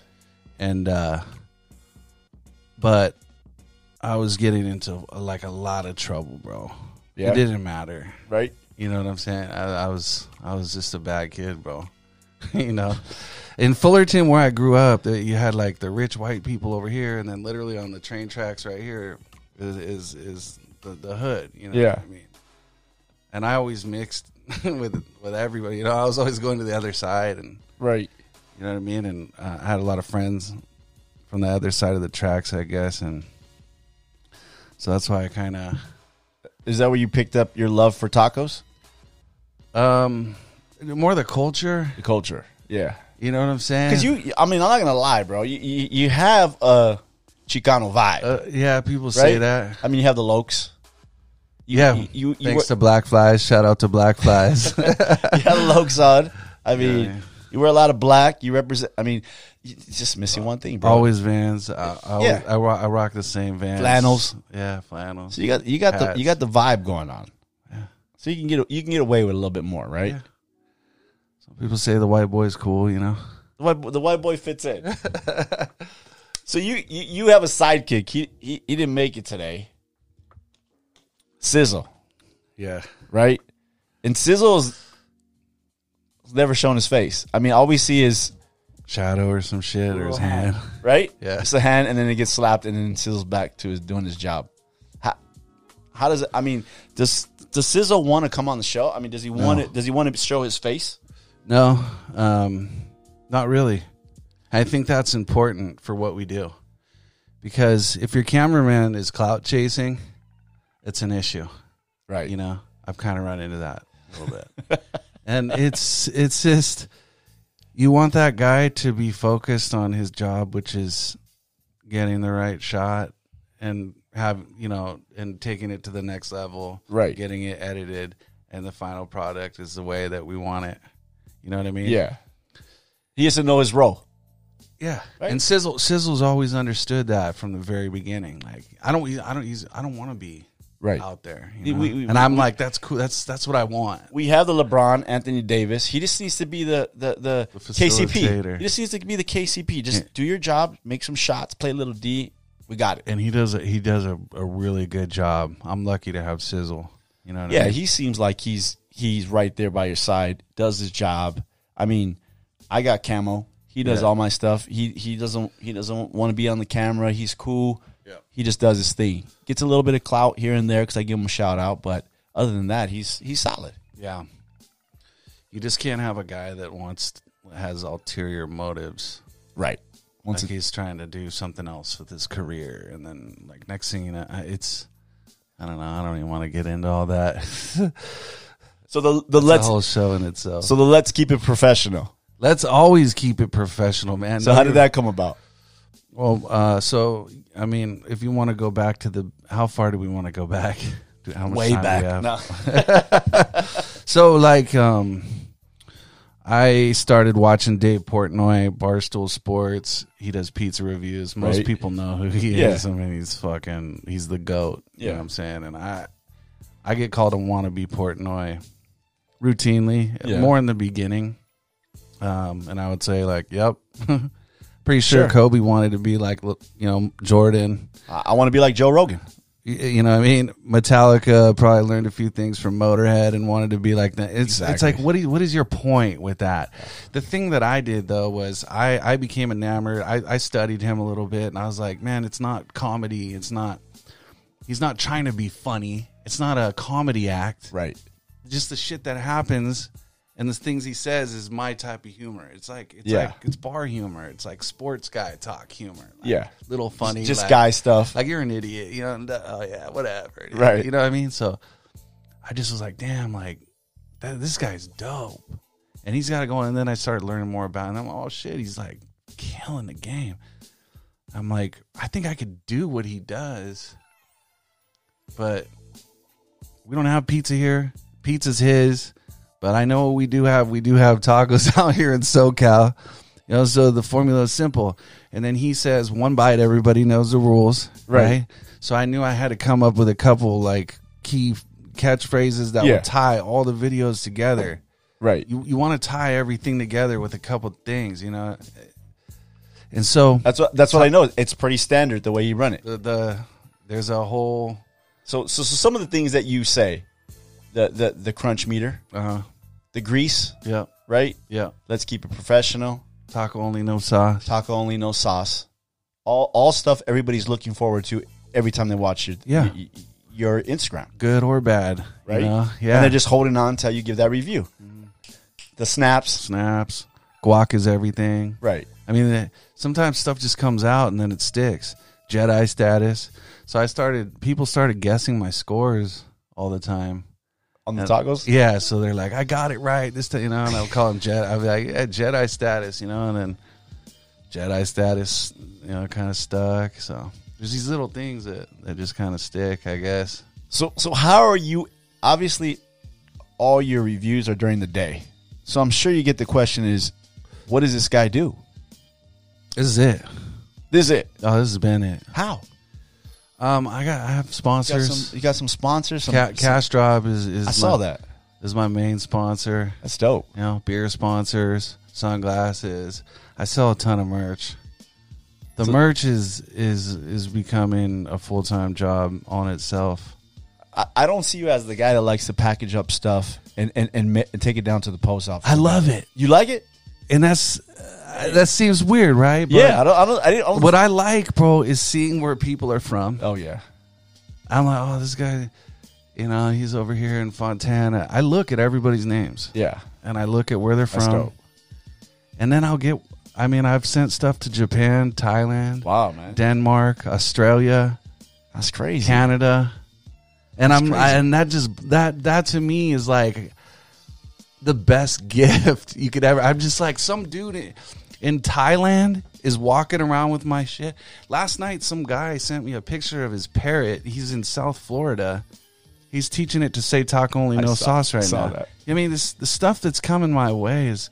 Speaker 2: and uh but I was getting into like a lot of trouble, bro.
Speaker 3: Yeah.
Speaker 2: It didn't matter.
Speaker 3: Right?
Speaker 2: You know what I'm saying? I, I was I was just a bad kid, bro. you know, in Fullerton where I grew up, that you had like the rich white people over here, and then literally on the train tracks right here is is, is the, the hood. You know
Speaker 3: Yeah.
Speaker 2: what I mean? And I always mixed with with everybody. You know, I was always going to the other side and.
Speaker 3: Right.
Speaker 2: You know what I mean? And uh, I had a lot of friends from the other side of the tracks, I guess, and so that's why I kind of
Speaker 3: Is that where you picked up your love for tacos?
Speaker 2: um more the culture.
Speaker 3: The culture. Yeah.
Speaker 2: You know what I'm saying?
Speaker 3: Because you, I mean, I'm not gonna lie, bro. You you, you have a Chicano vibe,
Speaker 2: uh, yeah, people
Speaker 3: right?
Speaker 2: say that.
Speaker 3: I mean, you have the Lokes.
Speaker 2: yeah,
Speaker 3: you- you- you
Speaker 2: thanks to
Speaker 3: were-
Speaker 2: Black Flies. Shout out to Black Flies.
Speaker 3: You have the Lokes on. I mean,
Speaker 2: yeah.
Speaker 3: you wear a lot of black. You represent. I mean, you it's just missing one thing, bro.
Speaker 2: always Vans. I, I, always,
Speaker 3: Yeah.
Speaker 2: I, rock, I rock the same Vans.
Speaker 3: Flannels.
Speaker 2: Yeah, flannels.
Speaker 3: So you got you got the you
Speaker 2: Hats.
Speaker 3: got the vibe going on. So you can get you can get away with a little bit more, right?
Speaker 2: Yeah. People say the white boy's cool. You know.
Speaker 3: The white, bo- the white boy fits in. so you, you you have a sidekick. He, he he didn't make it today. Sizzle,
Speaker 2: Yeah.
Speaker 3: right? And Sizzle's never shown his face. I mean, all we see is
Speaker 2: Shadow or some shit or his hand.
Speaker 3: right.
Speaker 2: Yeah.
Speaker 3: it's a hand, and then it gets slapped, and then Sizzle's back to his doing his job. How, how does it? I mean, does does Sizzle want to come on the show? I mean, does he want it? Does he want to show his face?
Speaker 2: No, um, not really. I think that's important for what we do because if your cameraman is clout chasing, it's an issue.
Speaker 3: Right.
Speaker 2: You know, I've kind of run into that a little bit, and it's it's just you want that guy to be focused on his job, which is getting the right shot and have you know and taking it to the next level,
Speaker 3: Right.
Speaker 2: Getting it edited, and the final product is the way that we want it. You know what I mean?
Speaker 3: Yeah. He has to know his role.
Speaker 2: Yeah,
Speaker 3: Right?
Speaker 2: and Sizzle Sizzle's always understood that from the very beginning. Like I don't, I don't use, I don't want to be
Speaker 3: Right.
Speaker 2: out there,
Speaker 3: We-
Speaker 2: you know?
Speaker 3: we- we-
Speaker 2: and I'm like, that's cool. That's that's what I want.
Speaker 3: we have the LeBron, Anthony Davis. He just needs to be the the the, KCP.
Speaker 2: facilitator.
Speaker 3: He just needs to be the KCP. Just do your job, make some shots, play a little D. We got it.
Speaker 2: And he does a, he does a, a really good job. I'm lucky to have Sizzle. You know, what I
Speaker 3: Yeah,
Speaker 2: mean?
Speaker 3: he seems like he's he's right there by your side. Does his job. I mean, I got camo. He does
Speaker 2: Yeah.
Speaker 3: all my stuff. He he doesn't he doesn't want to be on the camera. He's cool.
Speaker 2: Yeah.
Speaker 3: He just does his thing. Gets a little bit of clout here and there because I give him a shout out. But other than that, he's he's solid.
Speaker 2: yeah. You just can't have a guy that wants has ulterior motives.
Speaker 3: Right. Once
Speaker 2: Like he's trying to do something else with his career, and then like next thing you know, I- it's I don't know. I don't even want to get into all that.
Speaker 3: so the the
Speaker 2: the
Speaker 3: let's
Speaker 2: whole show in itself.
Speaker 3: so the let's keep it professional.
Speaker 2: Let's always keep it professional, man.
Speaker 3: So how did that come about?
Speaker 2: Well, uh, so I mean, if you want to go back to the, how far do we want to go back? Do- How much
Speaker 3: Way
Speaker 2: time do we
Speaker 3: back.
Speaker 2: have?
Speaker 3: No.
Speaker 2: So like, um, I started watching Dave Portnoy, Barstool Sports. He does pizza reviews. Most
Speaker 3: Right.
Speaker 2: people know who he
Speaker 3: Yeah.
Speaker 2: is. I mean, he's fucking, he's the goat. You
Speaker 3: Yeah.
Speaker 2: know what I'm saying? And I, I get called a wannabe Portnoy routinely,
Speaker 3: Yeah.
Speaker 2: more in the beginning. Um, and I would say like, yep. Pretty sure,
Speaker 3: Sure.
Speaker 2: Kobe wanted to be like, you know, Jordan.
Speaker 3: I, want to be like Joe Rogan.
Speaker 2: Y- You know, what I mean, Metallica probably learned a few things from Motorhead and wanted to be like that. It's it's
Speaker 3: Exactly.
Speaker 2: like what do you- what is your point with that? The thing that I did though was I I became enamored. I, I studied him a little bit and I was like, man, it's not comedy. It's not. He's not trying to be funny. It's not a comedy act.
Speaker 3: Right.
Speaker 2: Just the shit that happens and the things he says is my type of humor. It's like it's
Speaker 3: Yeah.
Speaker 2: like it's bar humor. It's like sports guy talk humor. Like,
Speaker 3: Yeah.
Speaker 2: little funny,
Speaker 3: Just
Speaker 2: like-
Speaker 3: guy stuff.
Speaker 2: like you're an idiot, you know. And, uh, oh yeah, whatever,
Speaker 3: Right.
Speaker 2: You know what I mean? So I I just was like, damn, like that, this guy's dope. And he's got it going. And then I started learning more about it. And I'm oh shit, he's like killing the game. I'm like, I think I could do what he does. But we don't have pizza here. Pizza's his. But I know what we do have. We do have tacos out here in SoCal. You know, so the formula is simple. And then he says one bite, everybody knows the rules.
Speaker 3: Right.
Speaker 2: So I knew I had to come up with a couple like key catchphrases that
Speaker 3: Yeah.
Speaker 2: would tie all the videos together.
Speaker 3: Right.
Speaker 2: You you want to tie everything together with a couple things, you know. And so
Speaker 3: That's what that's what I know. It's pretty standard the way you run it.
Speaker 2: the, the there's a whole
Speaker 3: So so, so some of the things that you say, the the the crunch meter,
Speaker 2: uh
Speaker 3: the grease,
Speaker 2: yeah,
Speaker 3: right?
Speaker 2: yeah.
Speaker 3: Let's keep it professional.
Speaker 2: Taco only no sauce.
Speaker 3: Taco only, no sauce. All all stuff everybody's looking forward to every time they watch your
Speaker 2: Yeah.
Speaker 3: y- y- your Instagram,
Speaker 2: Good or bad.
Speaker 3: right?
Speaker 2: You know? Yeah. Mm-hmm.
Speaker 3: And they're just holding on till you give that review. The snaps,
Speaker 2: snaps. Guac is everything.
Speaker 3: right?
Speaker 2: I mean, eh, sometimes stuff just comes out and then it sticks. Jedi status. So I started, people started guessing my scores all the time.
Speaker 3: On the tacos,
Speaker 2: Yeah, so they're like, I got it right this time, you know, and I'll call them Jedi. I'll be like, yeah, Jedi status, you know, and then Jedi status, you know, kind of stuck. So there's these little things that, that just kind of stick, I guess.
Speaker 3: So so how are you obviously all your reviews are during the day. So I'm sure you get the question is what does this guy do?
Speaker 2: This is it.
Speaker 3: This is it.
Speaker 2: Oh, this has been it.
Speaker 3: How?
Speaker 2: Um, I got, I have
Speaker 3: You got
Speaker 2: sponsors.
Speaker 3: some you got some sponsors, some,
Speaker 2: Ca- Cash Drop is, is
Speaker 3: I
Speaker 2: my-
Speaker 3: saw that.
Speaker 2: is my main sponsor.
Speaker 3: That's dope.
Speaker 2: You know, beer sponsors, sunglasses. I sell a ton of merch. The merch is is is becoming a full time job on itself.
Speaker 3: I, I don't see you as the guy that likes to package up stuff and and, and, ma- and take it down to the post office.
Speaker 2: I love it,
Speaker 3: you like it?
Speaker 2: and that's uh, that seems weird, right? But
Speaker 3: yeah, I don't I don't I didn't I don't-
Speaker 2: What I like, bro, is seeing where people are from.
Speaker 3: Oh yeah.
Speaker 2: I'm like, oh, this guy, you know, he's over here in Fontana. I look at everybody's names
Speaker 3: Yeah.
Speaker 2: and I look at where they're
Speaker 3: That's
Speaker 2: from,
Speaker 3: dope.
Speaker 2: and then I'll get. I mean, I've sent stuff to Japan, Thailand,
Speaker 3: Wow, man.
Speaker 2: Denmark, Australia.
Speaker 3: That's crazy.
Speaker 2: Canada, and I'm I,
Speaker 3: crazy.
Speaker 2: and that just that that to me is like the best gift you could ever. I'm just like some dude in, in Thailand is walking around with my shit. Last night, some guy sent me a picture of his parrot. He's in South Florida. He's teaching it to say taco only, no
Speaker 3: saw-
Speaker 2: sauce right
Speaker 3: saw
Speaker 2: now.
Speaker 3: that.
Speaker 2: I mean, this the stuff that's coming my way is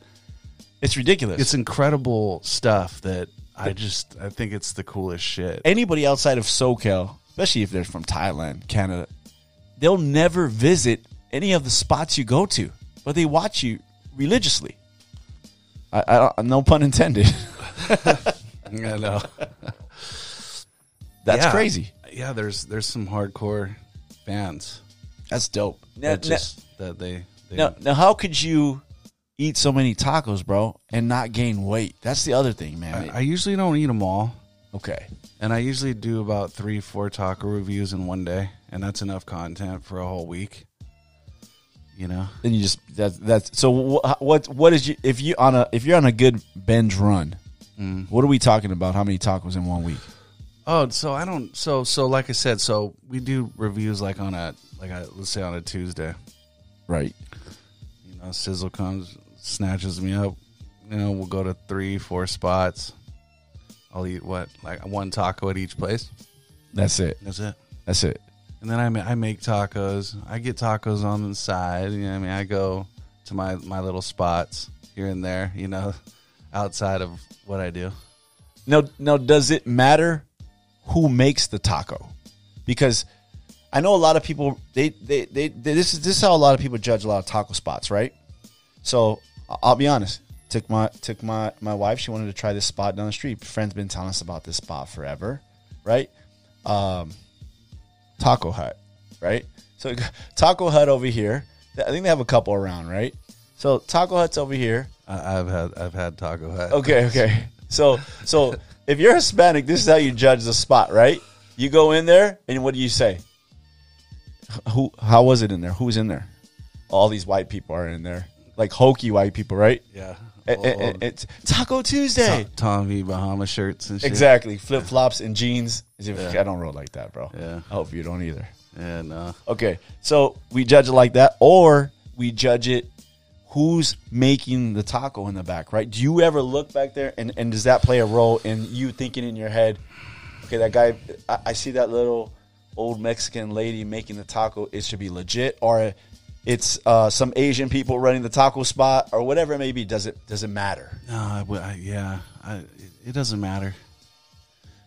Speaker 3: It's ridiculous.
Speaker 2: it's incredible stuff that I just I think it's the coolest shit.
Speaker 3: anybody outside of SoCal, especially if they're from Thailand, Canada, they'll never visit any of the spots you go to, but they watch you religiously. I, I don't, no pun intended.
Speaker 2: I know.
Speaker 3: That's
Speaker 2: Yeah.
Speaker 3: crazy.
Speaker 2: Yeah, there's there's some hardcore fans
Speaker 3: That's dope. Now,
Speaker 2: that just that they, they
Speaker 3: now, now, how could you eat so many tacos, bro, and not gain weight? That's the other thing, man.
Speaker 2: I usually don't eat them all,
Speaker 3: okay.
Speaker 2: and I usually do about three four taco reviews in one day, and that's enough content for a whole week. You know,
Speaker 3: Then you just that's that's so wh- what what is you if you on a if you're on a good binge run,
Speaker 2: Mm.
Speaker 3: what are we talking about? How many tacos in one week?
Speaker 2: Oh, so I don't. So so like I said, so we do reviews like on a like a, let's say on a Tuesday.
Speaker 3: Right.
Speaker 2: You know, Sizzle comes snatches me up. You know, we'll go to three four spots. I'll eat what like one taco at each place.
Speaker 3: That's it.
Speaker 2: That's it.
Speaker 3: That's it.
Speaker 2: And then I, ma- I make tacos. I get tacos on the side. You know, what I mean, I go to my, my little spots here and there. You know, outside of what I do.
Speaker 3: Now, now, does it matter who makes the taco? Because I know a lot of people. They, they, they, they- This is this is how a lot of people judge a lot of taco spots, right? So I- I'll be honest. Took my took my my wife. She wanted to try this spot down the street. Friends been telling us about this spot forever, right? Um, Taco Hut, right? So Taco Hut over here. I think they have a couple around, right? So Taco Hut's over here.
Speaker 2: I, I've had I've had Taco Hut.
Speaker 3: Okay, okay. So, so if you're Hispanic, this is how you judge the spot, right? You go in there, and what do you say? Who? How was it in there? Who's in there? All these white people are in there, like hokey white people, right?
Speaker 2: Yeah. Oh.
Speaker 3: A-
Speaker 2: Old-
Speaker 3: a- a- it's Taco Tuesday.
Speaker 2: Tom- Tom V Bahama shirts and shit.
Speaker 3: Exactly. Flip flops and jeans. As if- I don't roll like that, bro.
Speaker 2: Yeah.
Speaker 3: I hope you don't either.
Speaker 2: Yeah, no.
Speaker 3: Okay, so we judge it like that, or we judge it who's making the taco in the back, right? Do you ever look back there and, and does that play a role in you thinking in your head, okay, that guy, I, I see that little old Mexican lady making the taco, it should be legit, or it's uh, some Asian people running the taco spot, or whatever it may be. Does it does it matter?
Speaker 2: No, I, would- I- yeah. I, it- it doesn't matter.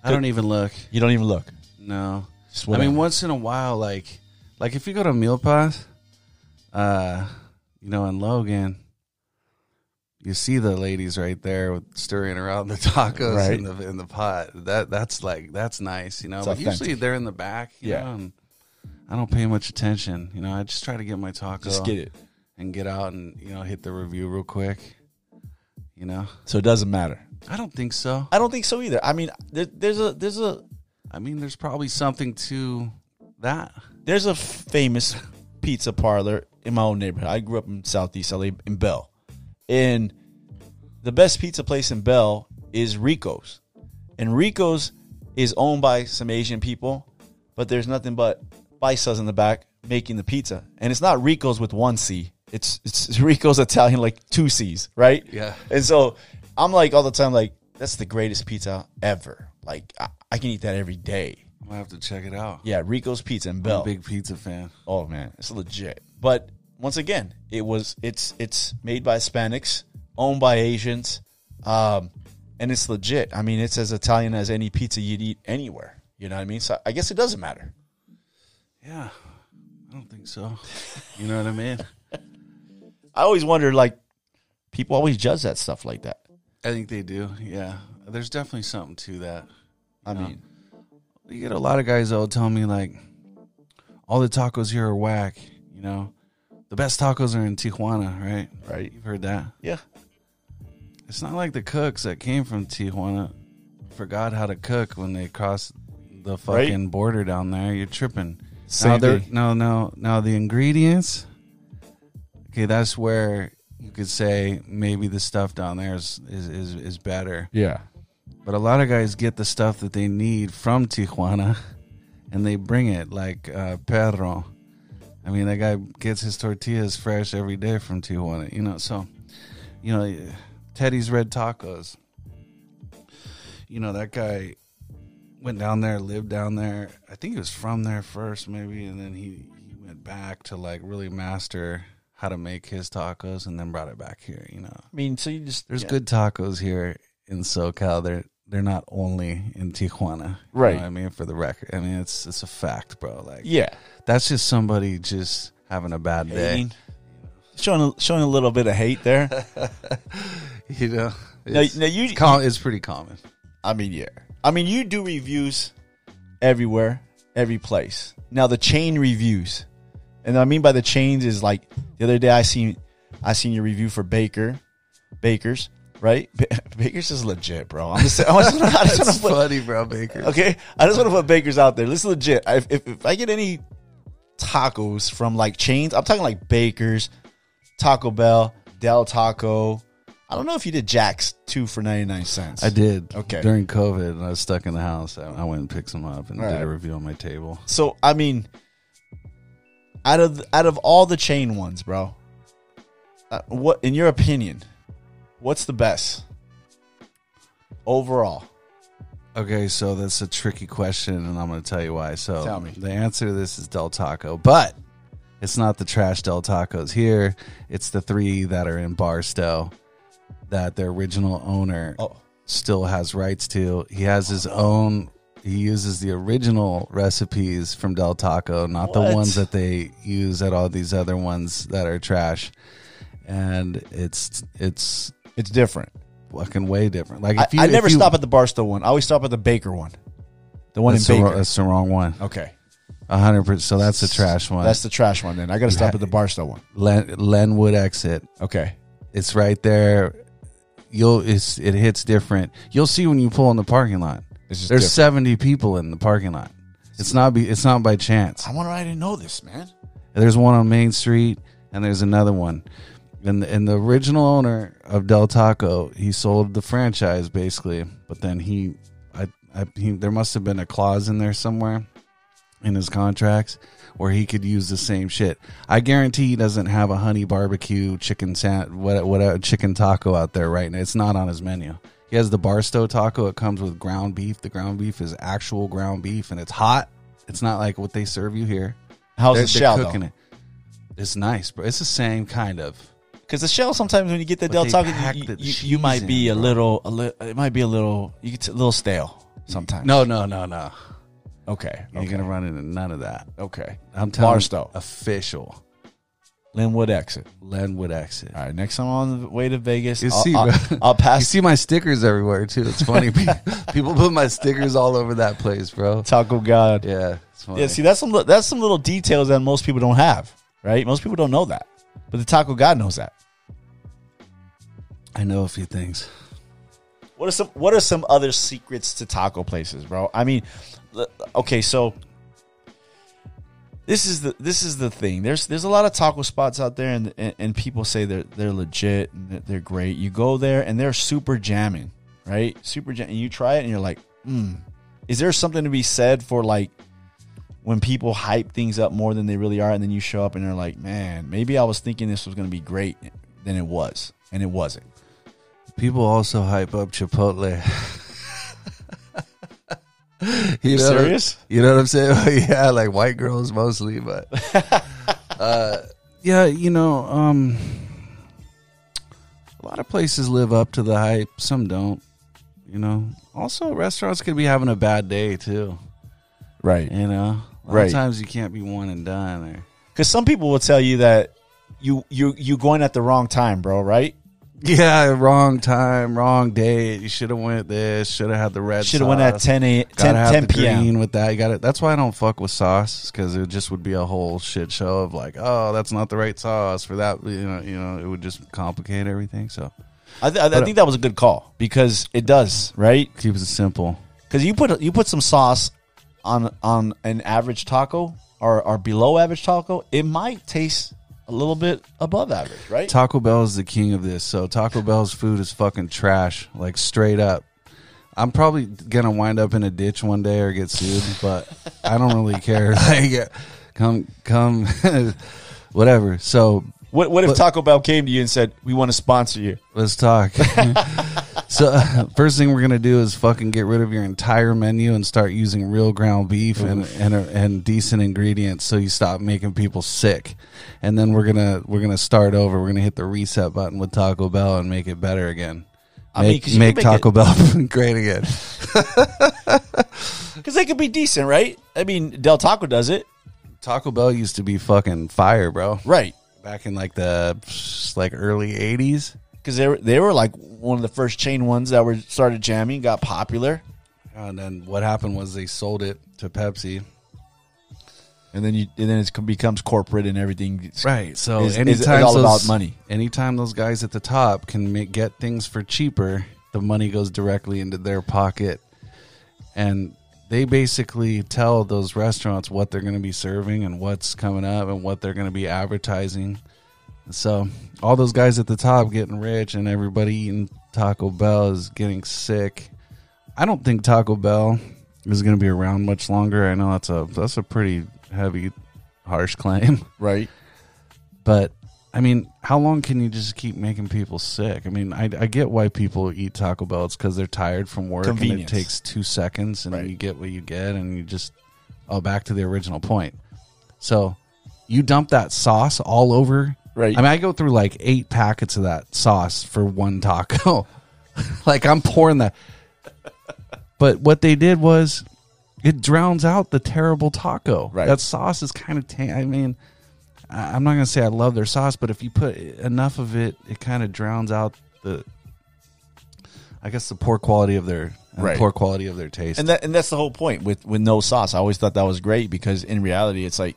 Speaker 2: I don't even look.
Speaker 3: You don't even look.
Speaker 2: No.
Speaker 3: Just
Speaker 2: I
Speaker 3: whatever.
Speaker 2: mean, once in a while, like, like if you go to Milpas, uh, you know, in Logan, you see the ladies right there with, stirring around the tacos in the in the pot. That that's like that's nice, you know. but
Speaker 3: authentic.
Speaker 2: usually they're in the back, you
Speaker 3: Yeah.
Speaker 2: know, and I don't pay much attention, you know. I just try to get my taco,
Speaker 3: Just get it.
Speaker 2: and get out and you know hit the review real quick. You know,
Speaker 3: So it doesn't matter.
Speaker 2: I don't think so.
Speaker 3: I don't think so either. I mean, there, there's a there's a
Speaker 2: I mean, there's probably something to that.
Speaker 3: there's a famous pizza parlor in my own neighborhood. I grew up in Southeast LA in Bell, and the best pizza place in Bell is Rico's, and Rico's is owned by some Asian people, but there's nothing but paisas in the back making the pizza, and it's not Rico's with one C. It's it's Rico's Italian like two C's, right?
Speaker 2: Yeah.
Speaker 3: And so I'm like all the time like that's the greatest pizza ever. Like I, I can eat that every day.
Speaker 2: I'm gonna have to check it out.
Speaker 3: Yeah, Rico's Pizza in
Speaker 2: I'm
Speaker 3: Bell.
Speaker 2: a big pizza fan.
Speaker 3: Oh man, it's legit. But once again, it was it's it's made by Hispanics, owned by Asians, um, and it's legit. I mean, it's as Italian as any pizza you'd eat anywhere. You know what I mean? So I guess it doesn't matter.
Speaker 2: Yeah, I don't think so. You know what I mean?
Speaker 3: I always wonder, like, people always judge that stuff like that.
Speaker 2: I think they do. Yeah, there's definitely something to that.
Speaker 3: I mean,
Speaker 2: You get a lot of guys that'll tell me like, all the tacos here are whack. You know, the best tacos are in Tijuana, right?
Speaker 3: Right.
Speaker 2: You've heard that.
Speaker 3: yeah,
Speaker 2: It's not like the cooks that came from Tijuana forgot how to cook when they crossed the
Speaker 3: Right.
Speaker 2: fucking border down there. You're tripping.
Speaker 3: Same
Speaker 2: now they're-
Speaker 3: thing.
Speaker 2: now now now the ingredients. Okay, that's where you could say maybe the stuff down there is is is, is better.
Speaker 3: yeah,
Speaker 2: But a lot of guys get the stuff that they need from Tijuana, and they bring it like uh, Pedro. I mean, that guy gets his tortillas fresh every day from Tijuana. You know, so you know, Teddy's Red Tacos. You know that guy went down there, lived down there. I think he was from there first, maybe, and then he he went back to like really master how to make his tacos, and then brought it back here. You know.
Speaker 3: I mean, so you just
Speaker 2: There's
Speaker 3: yeah.
Speaker 2: good tacos here in SoCal. They're they're not only in Tijuana, You
Speaker 3: Right.
Speaker 2: know what I mean, for the record, I mean it's it's a fact, bro. Like,
Speaker 3: yeah,
Speaker 2: that's just somebody just having a bad day.
Speaker 3: Hating. showing a, showing a little bit of hate there.
Speaker 2: You know,
Speaker 3: now,
Speaker 2: it's,
Speaker 3: now you
Speaker 2: it's com- it's pretty common.
Speaker 3: I mean, yeah. I mean, you do reviews everywhere, every place. Now the chain reviews, and I mean by the chains is like the other day I seen I seen your review for Baker, Baker's right? Ba- Baker's is legit, bro. I'm just, I just, wanna- I just
Speaker 2: That's
Speaker 3: want to put
Speaker 2: funny, bro, Baker.
Speaker 3: okay. I just want to put Baker's out there. This is legit. I, if, if I get any tacos from like chains, I'm talking like Baker's, Taco Bell, Del Taco. I don't know if you did Jack's two for ninety nine cents.
Speaker 2: I did.
Speaker 3: Okay.
Speaker 2: During COVID, and I was stuck in the house. I, I went and picked some up and
Speaker 3: All
Speaker 2: did
Speaker 3: right.
Speaker 2: a review on my table.
Speaker 3: So I mean, out of out of all the chain ones, bro, uh, what in your opinion, what's the best overall?
Speaker 2: Okay, so that's a tricky question, and I'm going to tell you why. So,
Speaker 3: Tell me.
Speaker 2: the answer to this is Del Taco, but it's not the trash Del Tacos here. It's the three that are in Barstow that their original owner
Speaker 3: Oh,
Speaker 2: still has rights to. He has his own. He uses the original recipes from Del Taco, not
Speaker 3: What?
Speaker 2: the ones that they use at all these other ones that are trash. And it's it's
Speaker 3: it's different.
Speaker 2: fucking way different. Like
Speaker 3: I,
Speaker 2: if you,
Speaker 3: I never
Speaker 2: if you,
Speaker 3: stop at the Barstow one. I always stop at the Baker one, the one
Speaker 2: That's
Speaker 3: in
Speaker 2: the, wrong-
Speaker 3: Baker.
Speaker 2: that's the wrong one.
Speaker 3: okay,
Speaker 2: A hundred percent. So that's the trash one.
Speaker 3: that's the trash one. Then I got to stop
Speaker 2: ha-
Speaker 3: at the Barstow one.
Speaker 2: Len, Lenwood exit.
Speaker 3: Okay,
Speaker 2: It's right there. You'll it's it hits different. You'll see when you pull in the parking lot.
Speaker 3: it's just
Speaker 2: There's
Speaker 3: different.
Speaker 2: seventy people in the parking lot. It's not be it's not by chance.
Speaker 3: I wonder why I didn't know this, man.
Speaker 2: There's one on Main Street, and there's another one. And the, and the original owner of Del Taco, he sold the franchise basically, but then he, I, I he, there must have been a clause in there somewhere in his contracts where he could use the same shit. I guarantee he doesn't have a honey barbecue chicken sand what what chicken taco out there right now. It's not on his menu. He has the Barstow taco. It comes with ground beef. The ground beef is actual ground beef and it's hot. It's not like what they serve you here.
Speaker 3: How's
Speaker 2: They're,
Speaker 3: the
Speaker 2: they're
Speaker 3: shell
Speaker 2: cooking it. It's nice, bro. It's the same kind of.
Speaker 3: Because the shell sometimes when you get the
Speaker 2: But
Speaker 3: Del
Speaker 2: they
Speaker 3: Taco,
Speaker 2: pack
Speaker 3: you,
Speaker 2: the
Speaker 3: you, you
Speaker 2: cheese
Speaker 3: might be
Speaker 2: in,
Speaker 3: a little, a little, it might be a little, you get a little stale sometimes.
Speaker 2: No, no, no, no.
Speaker 3: okay,
Speaker 2: You're
Speaker 3: okay,
Speaker 2: gonna run into none of that.
Speaker 3: okay.
Speaker 2: I'm telling
Speaker 3: Barstow.
Speaker 2: you, official
Speaker 3: Linwood exit.
Speaker 2: Lenwood exit.
Speaker 3: All right, next time I'm on the way to Vegas,
Speaker 2: You
Speaker 3: I'll,
Speaker 2: see,
Speaker 3: I'll,
Speaker 2: bro.
Speaker 3: I'll
Speaker 2: You
Speaker 3: pass
Speaker 2: see my stickers everywhere too. It's funny. People put my stickers all over that place, bro.
Speaker 3: Taco God. Yeah,
Speaker 2: Yeah, it's funny.
Speaker 3: see, that's some li- that's some little details that most people don't have, right? Most people don't know that, but the Taco God knows that.
Speaker 2: I know a few things.
Speaker 3: What are some What are some other secrets to taco places, bro? I mean, l- okay, so this is the this is the thing. There's there's a lot of taco spots out there, and and, and people say they're they're legit, and that they're great. You go there, and they're super jamming, right? Super jam, and you try it, and you're like, hmm, is there something to be said for like when people hype things up more than they really are, and then you show up and they're like, man, maybe I was thinking this was gonna be great, than it was, and it wasn't.
Speaker 2: People also hype up Chipotle. you know what I'm-
Speaker 3: Serious?
Speaker 2: you know what I'm saying? yeah, like white girls mostly, but uh, yeah, you know, um, a lot of places live up to the hype. Some don't. You know. Also, restaurants could be having a bad day too.
Speaker 3: Right.
Speaker 2: You know,
Speaker 3: Right.
Speaker 2: Sometimes you can't be one and done. Or
Speaker 3: Because some people will tell you that you you you going at the wrong time, bro. Right?
Speaker 2: yeah, wrong time, wrong date. You should have went this. Should have had the red.
Speaker 3: Should have went at
Speaker 2: sauce.
Speaker 3: 10 a, 10,
Speaker 2: uh, Gotta have
Speaker 3: 10
Speaker 2: the
Speaker 3: p.m.
Speaker 2: green with that. You got it. That's why I don't fuck with sauce because it just would be a whole shit show of like, oh, that's not the right sauce for that. You know, you know, it would just complicate everything. So
Speaker 3: I, th- I, th- I think that was a good call because it does right.
Speaker 2: keeps it simple.
Speaker 3: Because you put you put some sauce on on an average taco or or below average taco, it might taste a little bit above average, right?
Speaker 2: Taco Bell is the king of this. So Taco Bell's food is fucking trash, like straight up. I'm probably gonna wind up in a ditch one day or get sued, but I don't really care. Like, come, come, whatever. So
Speaker 3: what what if Taco Bell came to you and said, "We want to sponsor you"?
Speaker 2: Let's talk. so, first thing we're gonna do is fucking get rid of your entire menu and start using real ground beef and
Speaker 3: Mm-hmm.
Speaker 2: and and decent ingredients, so you stop making people sick. And then we're gonna we're gonna start over. We're gonna hit the reset button with Taco Bell and make it better again.
Speaker 3: mean,
Speaker 2: Make,
Speaker 3: 'cause you
Speaker 2: make
Speaker 3: can make
Speaker 2: Taco Bell great again.
Speaker 3: Because they could be decent, right? I mean, Del Taco does it,
Speaker 2: Taco Bell used to be fucking fire, bro.
Speaker 3: right?
Speaker 2: Back in like the like early '80s.
Speaker 3: Because they were, they were like one of the first chain ones that were started jamming, got popular.
Speaker 2: And then what happened was they sold it to Pepsi.
Speaker 3: and then you and then it becomes corporate and everything. gets-
Speaker 2: Right. So
Speaker 3: is- is- is
Speaker 2: anytime
Speaker 3: all
Speaker 2: those-
Speaker 3: about money.
Speaker 2: Anytime those guys at the top can make, get things for cheaper, the money goes directly into their pocket, and they basically tell those restaurants what they're going to be serving and what's coming up and what they're going to be advertising. So all those guys at the top getting rich and everybody eating Taco Bell is getting sick. I don't think Taco Bell is going to be around much longer. I know that's a that's a pretty heavy, harsh claim.
Speaker 3: right.
Speaker 2: But I mean, how long can you just keep making people sick? I mean, I, I get why people eat Taco Bell. It's because they're tired from work and it
Speaker 3: Convenience.
Speaker 2: takes two seconds and
Speaker 3: Right.
Speaker 2: you get what you get and you just, oh, back to the original point. So you dump that sauce all over.
Speaker 3: Right.
Speaker 2: I mean, I go through like eight packets of that sauce for one taco. like I'm pouring that. But what they did was it drowns out the terrible taco.
Speaker 3: Right.
Speaker 2: That sauce is kind of tan. I mean, I- I'm not gonna say I love their sauce, but if you put enough of it, it kind of drowns out the, I guess the poor quality of their and
Speaker 3: Right.
Speaker 2: poor quality of their taste.
Speaker 3: And that and that's the whole point with with no sauce. I always thought that was great because in reality, it's like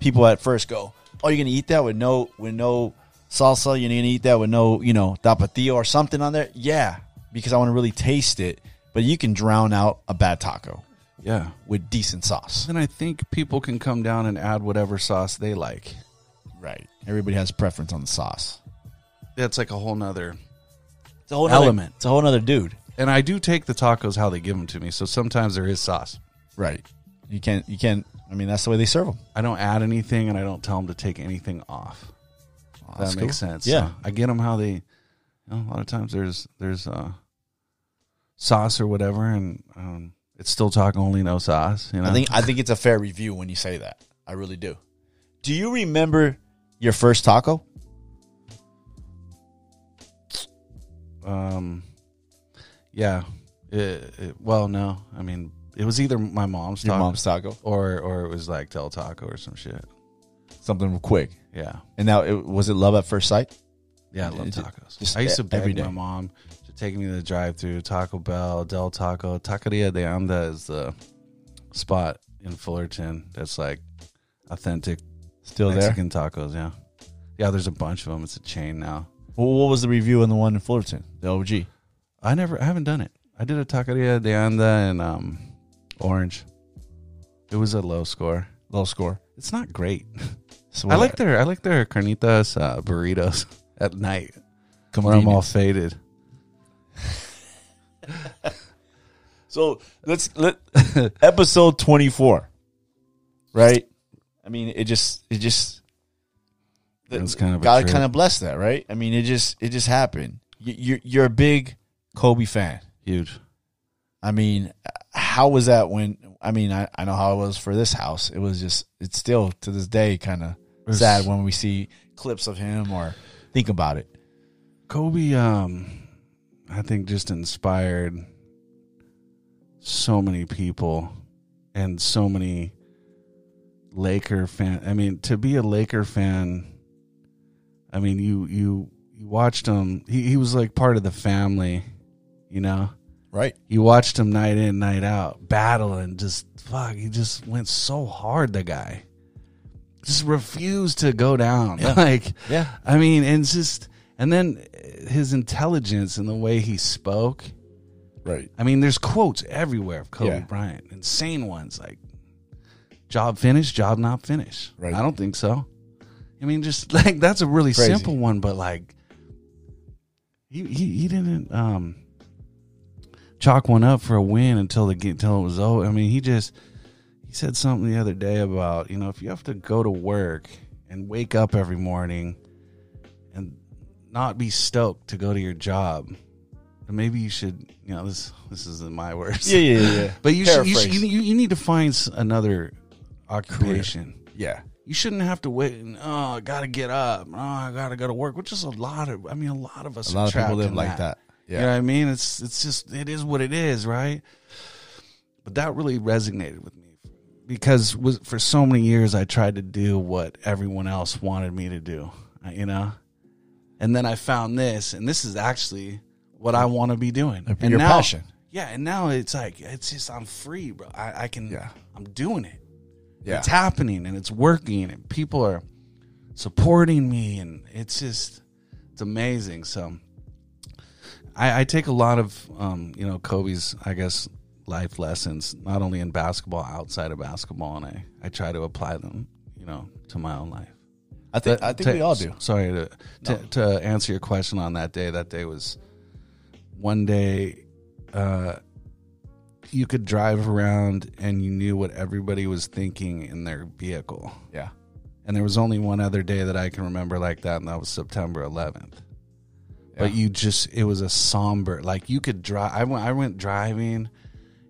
Speaker 3: people at first go, "Oh, you're gonna eat that with no with no salsa? You're gonna eat that with no you know tapatio or something on there?" Yeah, because I want to really taste it. But you can drown out a bad taco
Speaker 2: yeah.
Speaker 3: with decent sauce.
Speaker 2: Then I think people can come down and add whatever sauce they like.
Speaker 3: Right. Everybody has preference on the sauce.
Speaker 2: That's like a whole nother.
Speaker 3: It's a whole
Speaker 2: nother-
Speaker 3: It's a whole other dude.
Speaker 2: And I do take the tacos how they give them to me. So sometimes there is sauce.
Speaker 3: Right. You can't. You can't. I mean, that's the way they serve them.
Speaker 2: I don't add anything and I don't tell them to take anything off. that makes sense.
Speaker 3: Yeah.
Speaker 2: So I get them how they. You know, a lot of times there's there's uh, sauce or whatever, and um, it's still talk only, no sauce. You know,
Speaker 3: I think I think it's a fair review when you say that. I really do. Do you remember your first taco?
Speaker 2: um, yeah. It- it- well, no, I mean it was either my mom's
Speaker 3: Your
Speaker 2: taco
Speaker 3: mom's taco,
Speaker 2: or or it was like Del Taco or some shit.
Speaker 3: something quick.
Speaker 2: Yeah,
Speaker 3: And now, it, was it love at first sight?
Speaker 2: yeah, I love
Speaker 3: It- it-
Speaker 2: tacos.
Speaker 3: just
Speaker 2: I used to
Speaker 3: e- every
Speaker 2: beg my
Speaker 3: day.
Speaker 2: mom to take me to the drive-through Taco Bell, Del Taco, Taqueria de Anda is the spot in Fullerton that's like authentic
Speaker 3: Still there.
Speaker 2: Mexican tacos. Yeah, yeah. There's a bunch of them. It's a chain now.
Speaker 3: Well, what was the review on the one in Fullerton? The OG.
Speaker 2: I never, I haven't done it. I did a taqueria de anda in um, Orange. It was a low score.
Speaker 3: Low score.
Speaker 2: It's not great.
Speaker 3: So
Speaker 2: I like their, I like their carnitas uh, burritos at night when I'm all faded.
Speaker 3: So let's let episode twenty four, right? I mean, it just it just
Speaker 2: It was kind of a
Speaker 3: God
Speaker 2: trip.
Speaker 3: kind of blessed that, right? I mean, it just it just happened. You, you're you're a big Kobe fan.
Speaker 2: Huge.
Speaker 3: I mean, how was that when? I mean, I, I know how it was for this house. It was just it's still to this day kind of
Speaker 2: was-
Speaker 3: sad when we see clips of him or think about it.
Speaker 2: Kobe, um, I think just inspired so many people and so many Laker fan. I mean, to be a Laker fan, I mean, you you you watched him. He he was like part of the family, you know.
Speaker 3: Right.
Speaker 2: You watched him night in, night out, battling. Just fuck, he just went so hard. The guy just refused to go down. Like,
Speaker 3: Yeah.
Speaker 2: I mean, and it's just and then uh, his intelligence and the way he spoke.
Speaker 3: Right.
Speaker 2: I mean, there's quotes everywhere of Kobe
Speaker 3: Yeah.
Speaker 2: Bryant, insane ones like "job finished, job not finished."
Speaker 3: Right.
Speaker 2: I don't think so. I mean, just like that's a really
Speaker 3: Crazy.
Speaker 2: simple one, but like he he, he didn't um, chalk one up for a win until the get until it was over. I mean, he just he said something the other day about you know if you have to go to work and wake up every morning and not be stoked to go to your job. then Maybe you should, you know, this this is in my words.
Speaker 3: Yeah. Yeah. Yeah. yeah.
Speaker 2: But you should, you, should
Speaker 3: Paraphrase.
Speaker 2: you, you you need to find s- another occupation.
Speaker 3: yeah.
Speaker 2: You shouldn't have to wait and oh, I got to get up. Oh, I got to go to work. Which is a lot of I mean a lot of us
Speaker 3: A
Speaker 2: are
Speaker 3: lot of
Speaker 2: trapped
Speaker 3: people live
Speaker 2: in
Speaker 3: like that.
Speaker 2: You
Speaker 3: Yeah.
Speaker 2: know what I mean? It's it's just it is what it is, right? But that really resonated with me because was for so many years I tried to do what everyone else wanted me to do, uh, you know? And then I found this and this is actually what I want to be doing.
Speaker 3: It'd be
Speaker 2: and
Speaker 3: your
Speaker 2: now,
Speaker 3: passion.
Speaker 2: yeah, and now it's like it's just I'm free, bro. I, I can.
Speaker 3: Yeah.
Speaker 2: I'm doing it.
Speaker 3: Yeah.
Speaker 2: It's happening and it's working, and people are supporting me, and it's just it's amazing. So I, I take a lot of um, you know Kobe's, I guess, life lessons not only in basketball, outside of basketball, and I I try to apply them, you know, to my own life.
Speaker 3: I think I think
Speaker 2: To-
Speaker 3: we all do.
Speaker 2: Sorry to, to to answer your question on that day. That day was one day. Uh, you could drive around and you knew what everybody was thinking in their vehicle.
Speaker 3: Yeah.
Speaker 2: And there was only one other day that I can remember like that, and that was September 11th. But
Speaker 3: Yeah.
Speaker 2: you just, it was a somber, like you could drive. I went, I went driving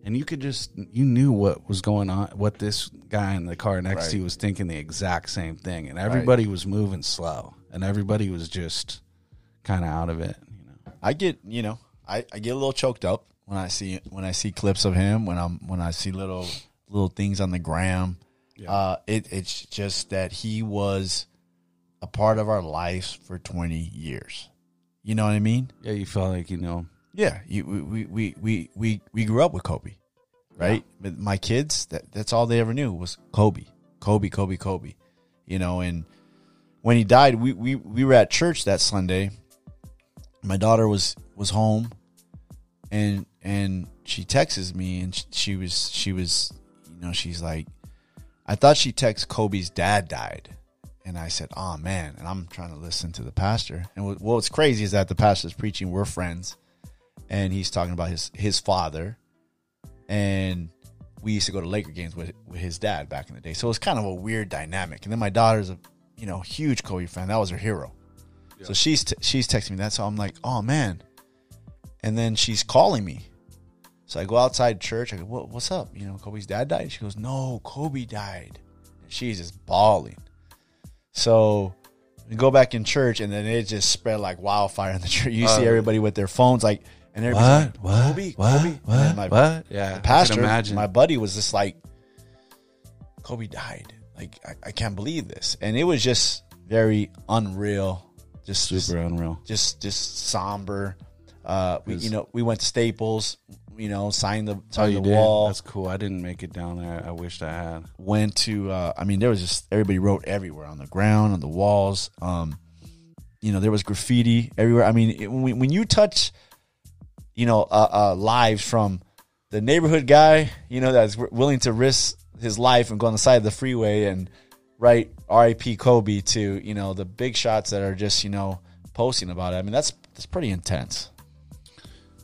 Speaker 2: and you could just, you knew what was going on, what this guy in the car next to
Speaker 3: Right.
Speaker 2: you was thinking the exact same thing. And everybody was moving slow and everybody was just kind of out of it, you know.
Speaker 3: I get you know I, I get a little choked up when I see when I see clips of him when I'm when I see little little things on the gram. Uh, it it's just that he was a part of our lives for 20 years. You know what I mean?
Speaker 2: Yeah, you felt like, you know,
Speaker 3: Yeah, you, we, we, we, we, we, we grew up with Kobe, right? But my kids, that, that's all they ever knew was Kobe, Kobe, Kobe, Kobe. You know, and when he died, we, we, we were at church that Sunday. My daughter was was home, and and she texts me, and sh- she was she was, you know, she's like, I thought she texted Kobe's dad died. And I said, oh man. And I'm trying to listen to the pastor. And what, what's crazy is that the pastor's preaching, we're friends and he's talking about his his father and we used to go to Laker games with, with his dad back in the day. So it was kind of a weird dynamic. And then my daughter's a you know huge Kobe fan. That was her hero. So she's t- she's texting me that. So I'm like, oh man. And then she's calling me. So I go outside church. I go, what, what's up? You know, Kobe's dad died. She goes, no, Kobe died. And she's just bawling. So we go back in church, and then it just spread like wildfire in the church. You see everybody with their phones, like, and everybody's
Speaker 2: Uh, What? What?
Speaker 3: like, Kobe,
Speaker 2: What?
Speaker 3: Kobe.
Speaker 2: What?
Speaker 3: And my-
Speaker 2: What? Yeah, I
Speaker 3: The
Speaker 2: can
Speaker 3: pastor,
Speaker 2: imagine.
Speaker 3: my buddy was just like, Kobe died. Like, I, I can't believe this. And it was just very unreal. Just
Speaker 2: Super unreal.
Speaker 3: just just somber. Uh, we, you know, we went to Staples. You know, signed the
Speaker 2: Oh,
Speaker 3: signed
Speaker 2: you
Speaker 3: the
Speaker 2: did.
Speaker 3: wall.
Speaker 2: That's cool. I didn't make it down there. I wished I had.
Speaker 3: went to. Uh, I mean, there was just everybody wrote everywhere on the ground, on the walls. Um, you know, there was graffiti everywhere. I mean, it, when, when you touch, you know, uh, uh, lives from the neighborhood guy, you know, that's w- willing to risk his life and go on the side of the freeway and write "R.I.P. Kobe" to you know the big shots that are just you know posting about it. I mean, that's that's pretty intense.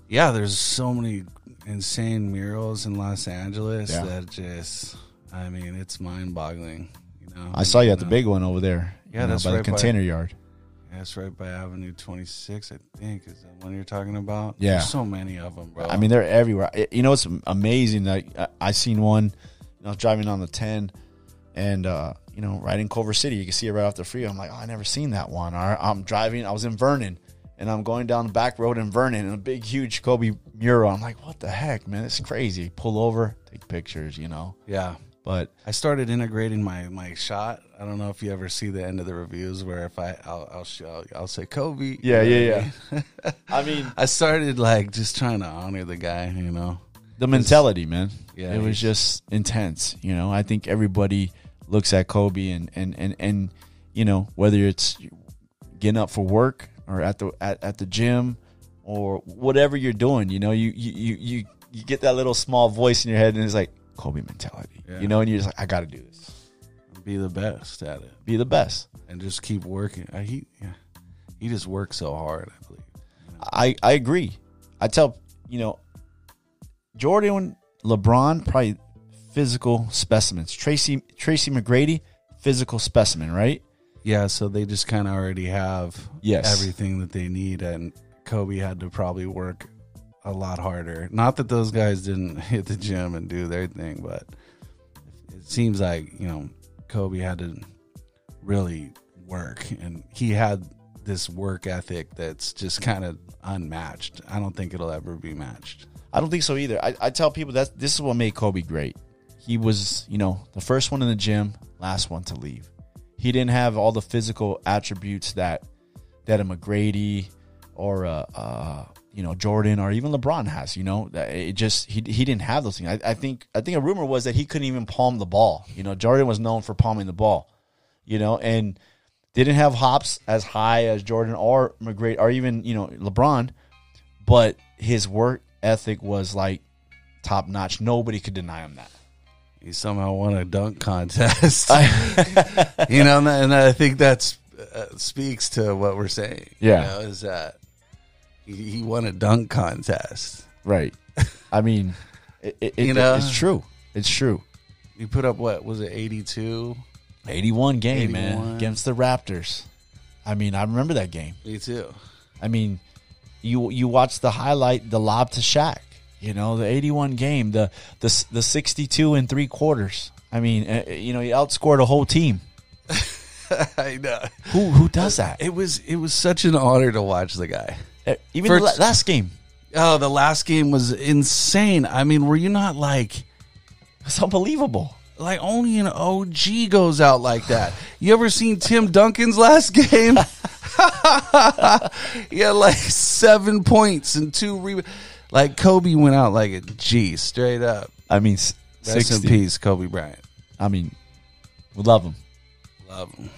Speaker 2: Yeah, there's so many insane murals in Los Angeles
Speaker 3: Yeah.
Speaker 2: that just, I mean, it's mind boggling. You know, uh,
Speaker 3: I saw you at the
Speaker 2: know,
Speaker 3: big one over there.
Speaker 2: Yeah,
Speaker 3: you know,
Speaker 2: that's
Speaker 3: by the
Speaker 2: right by-
Speaker 3: container yard.
Speaker 2: That's right by Avenue 26, I think, is that one you're talking about.
Speaker 3: Yeah.
Speaker 2: There's so many of them, bro.
Speaker 3: I mean, they're everywhere. I- You know, it's amazing. Like I, I seen one. You know, I was driving on the ten, and uh, you know, right in Culver City, you can see it right off the freeway. I'm like, oh, I never seen that one. Or I'm driving. I was in Vernon, and I'm going down the back road in Vernon, and a big, huge Kobe mural. I'm like, what the heck, man? It's crazy. Pull over, take pictures. You know,
Speaker 2: yeah.
Speaker 3: but
Speaker 2: I started integrating my my shot. I don't know if you ever see the end of the reviews where if I I'll I'll, show, I'll say Kobe. you know what I mean?
Speaker 3: yeah. I mean,
Speaker 2: I started like just trying to honor the guy, you know.
Speaker 3: the mentality, man.
Speaker 2: Yeah,
Speaker 3: it was
Speaker 2: he's-
Speaker 3: just intense. You know, I think everybody looks at Kobe and and and and you know whether it's getting up for work or at the at, at the gym or whatever you're doing. You know, you you you you, you get that little small voice in your head and it's like Kobe mentality.
Speaker 2: Yeah.
Speaker 3: You know, and you're just like, I got to do this,
Speaker 2: Be the best at it
Speaker 3: be the best.
Speaker 2: and just keep working. I, he yeah. he just works so hard, I believe.
Speaker 3: I, I agree. I tell you know, Jordan, LeBron, probably physical specimens. Tracy Tracy McGrady, physical specimen, right?
Speaker 2: Yeah, so they just kind of already have
Speaker 3: Yes.
Speaker 2: everything that they need and Kobe had to probably work a lot harder. Not that those guys didn't hit the gym and do their thing, but it seems like, you know, Kobe had to really work and he had this work ethic that's just kind of unmatched. I don't think it'll ever be matched.
Speaker 3: I don't think so either. I, I tell people that this is what made Kobe great. He was, you know, the first one in the gym, last one to leave. He didn't have all the physical attributes that that a McGrady or a, uh you know Jordan or even LeBron has. You know, That- it just he, he didn't have those things. I, I think I think a rumor was that he couldn't even palm the ball. You know, Jordan was known for palming the ball. You know, and didn't have hops as high as Jordan or McGrady or even you know LeBron but his work ethic was like top notch. Nobody could deny him that.
Speaker 2: He somehow won a dunk contest. you know, and I- and I think that's uh, speaks to what we're saying. you
Speaker 3: Yeah.
Speaker 2: know, is that he, he won a dunk contest?
Speaker 3: Right. I mean, it, it,
Speaker 2: You
Speaker 3: it-
Speaker 2: know?
Speaker 3: it's true. It's true.
Speaker 2: He put up what was it, eighty two?
Speaker 3: 81
Speaker 2: 81.
Speaker 3: game, man, against the Raptors. I mean, I remember that game.
Speaker 2: Me too.
Speaker 3: I mean, you you watch the highlight, the lob to Shaq. You know, the 81 game, the the the 62 and three quarters. I mean, uh, you know, he outscored a whole team.
Speaker 2: I know.
Speaker 3: Who who does that?
Speaker 2: It was it was such an honor to watch the guy.
Speaker 3: Uh, Even the la-
Speaker 2: First-
Speaker 3: last game,
Speaker 2: Oh, the last game was insane. I mean, were you not like
Speaker 3: it's unbelievable.
Speaker 2: like only an OG goes out like that? You ever seen Tim Duncan's last game? he had like seven points and two rebounds. Like Kobe went out like a G, straight up.
Speaker 3: I mean, s-
Speaker 2: Rest
Speaker 3: 60.
Speaker 2: in peace, Kobe Bryant.
Speaker 3: I mean, we love him.
Speaker 2: Love him.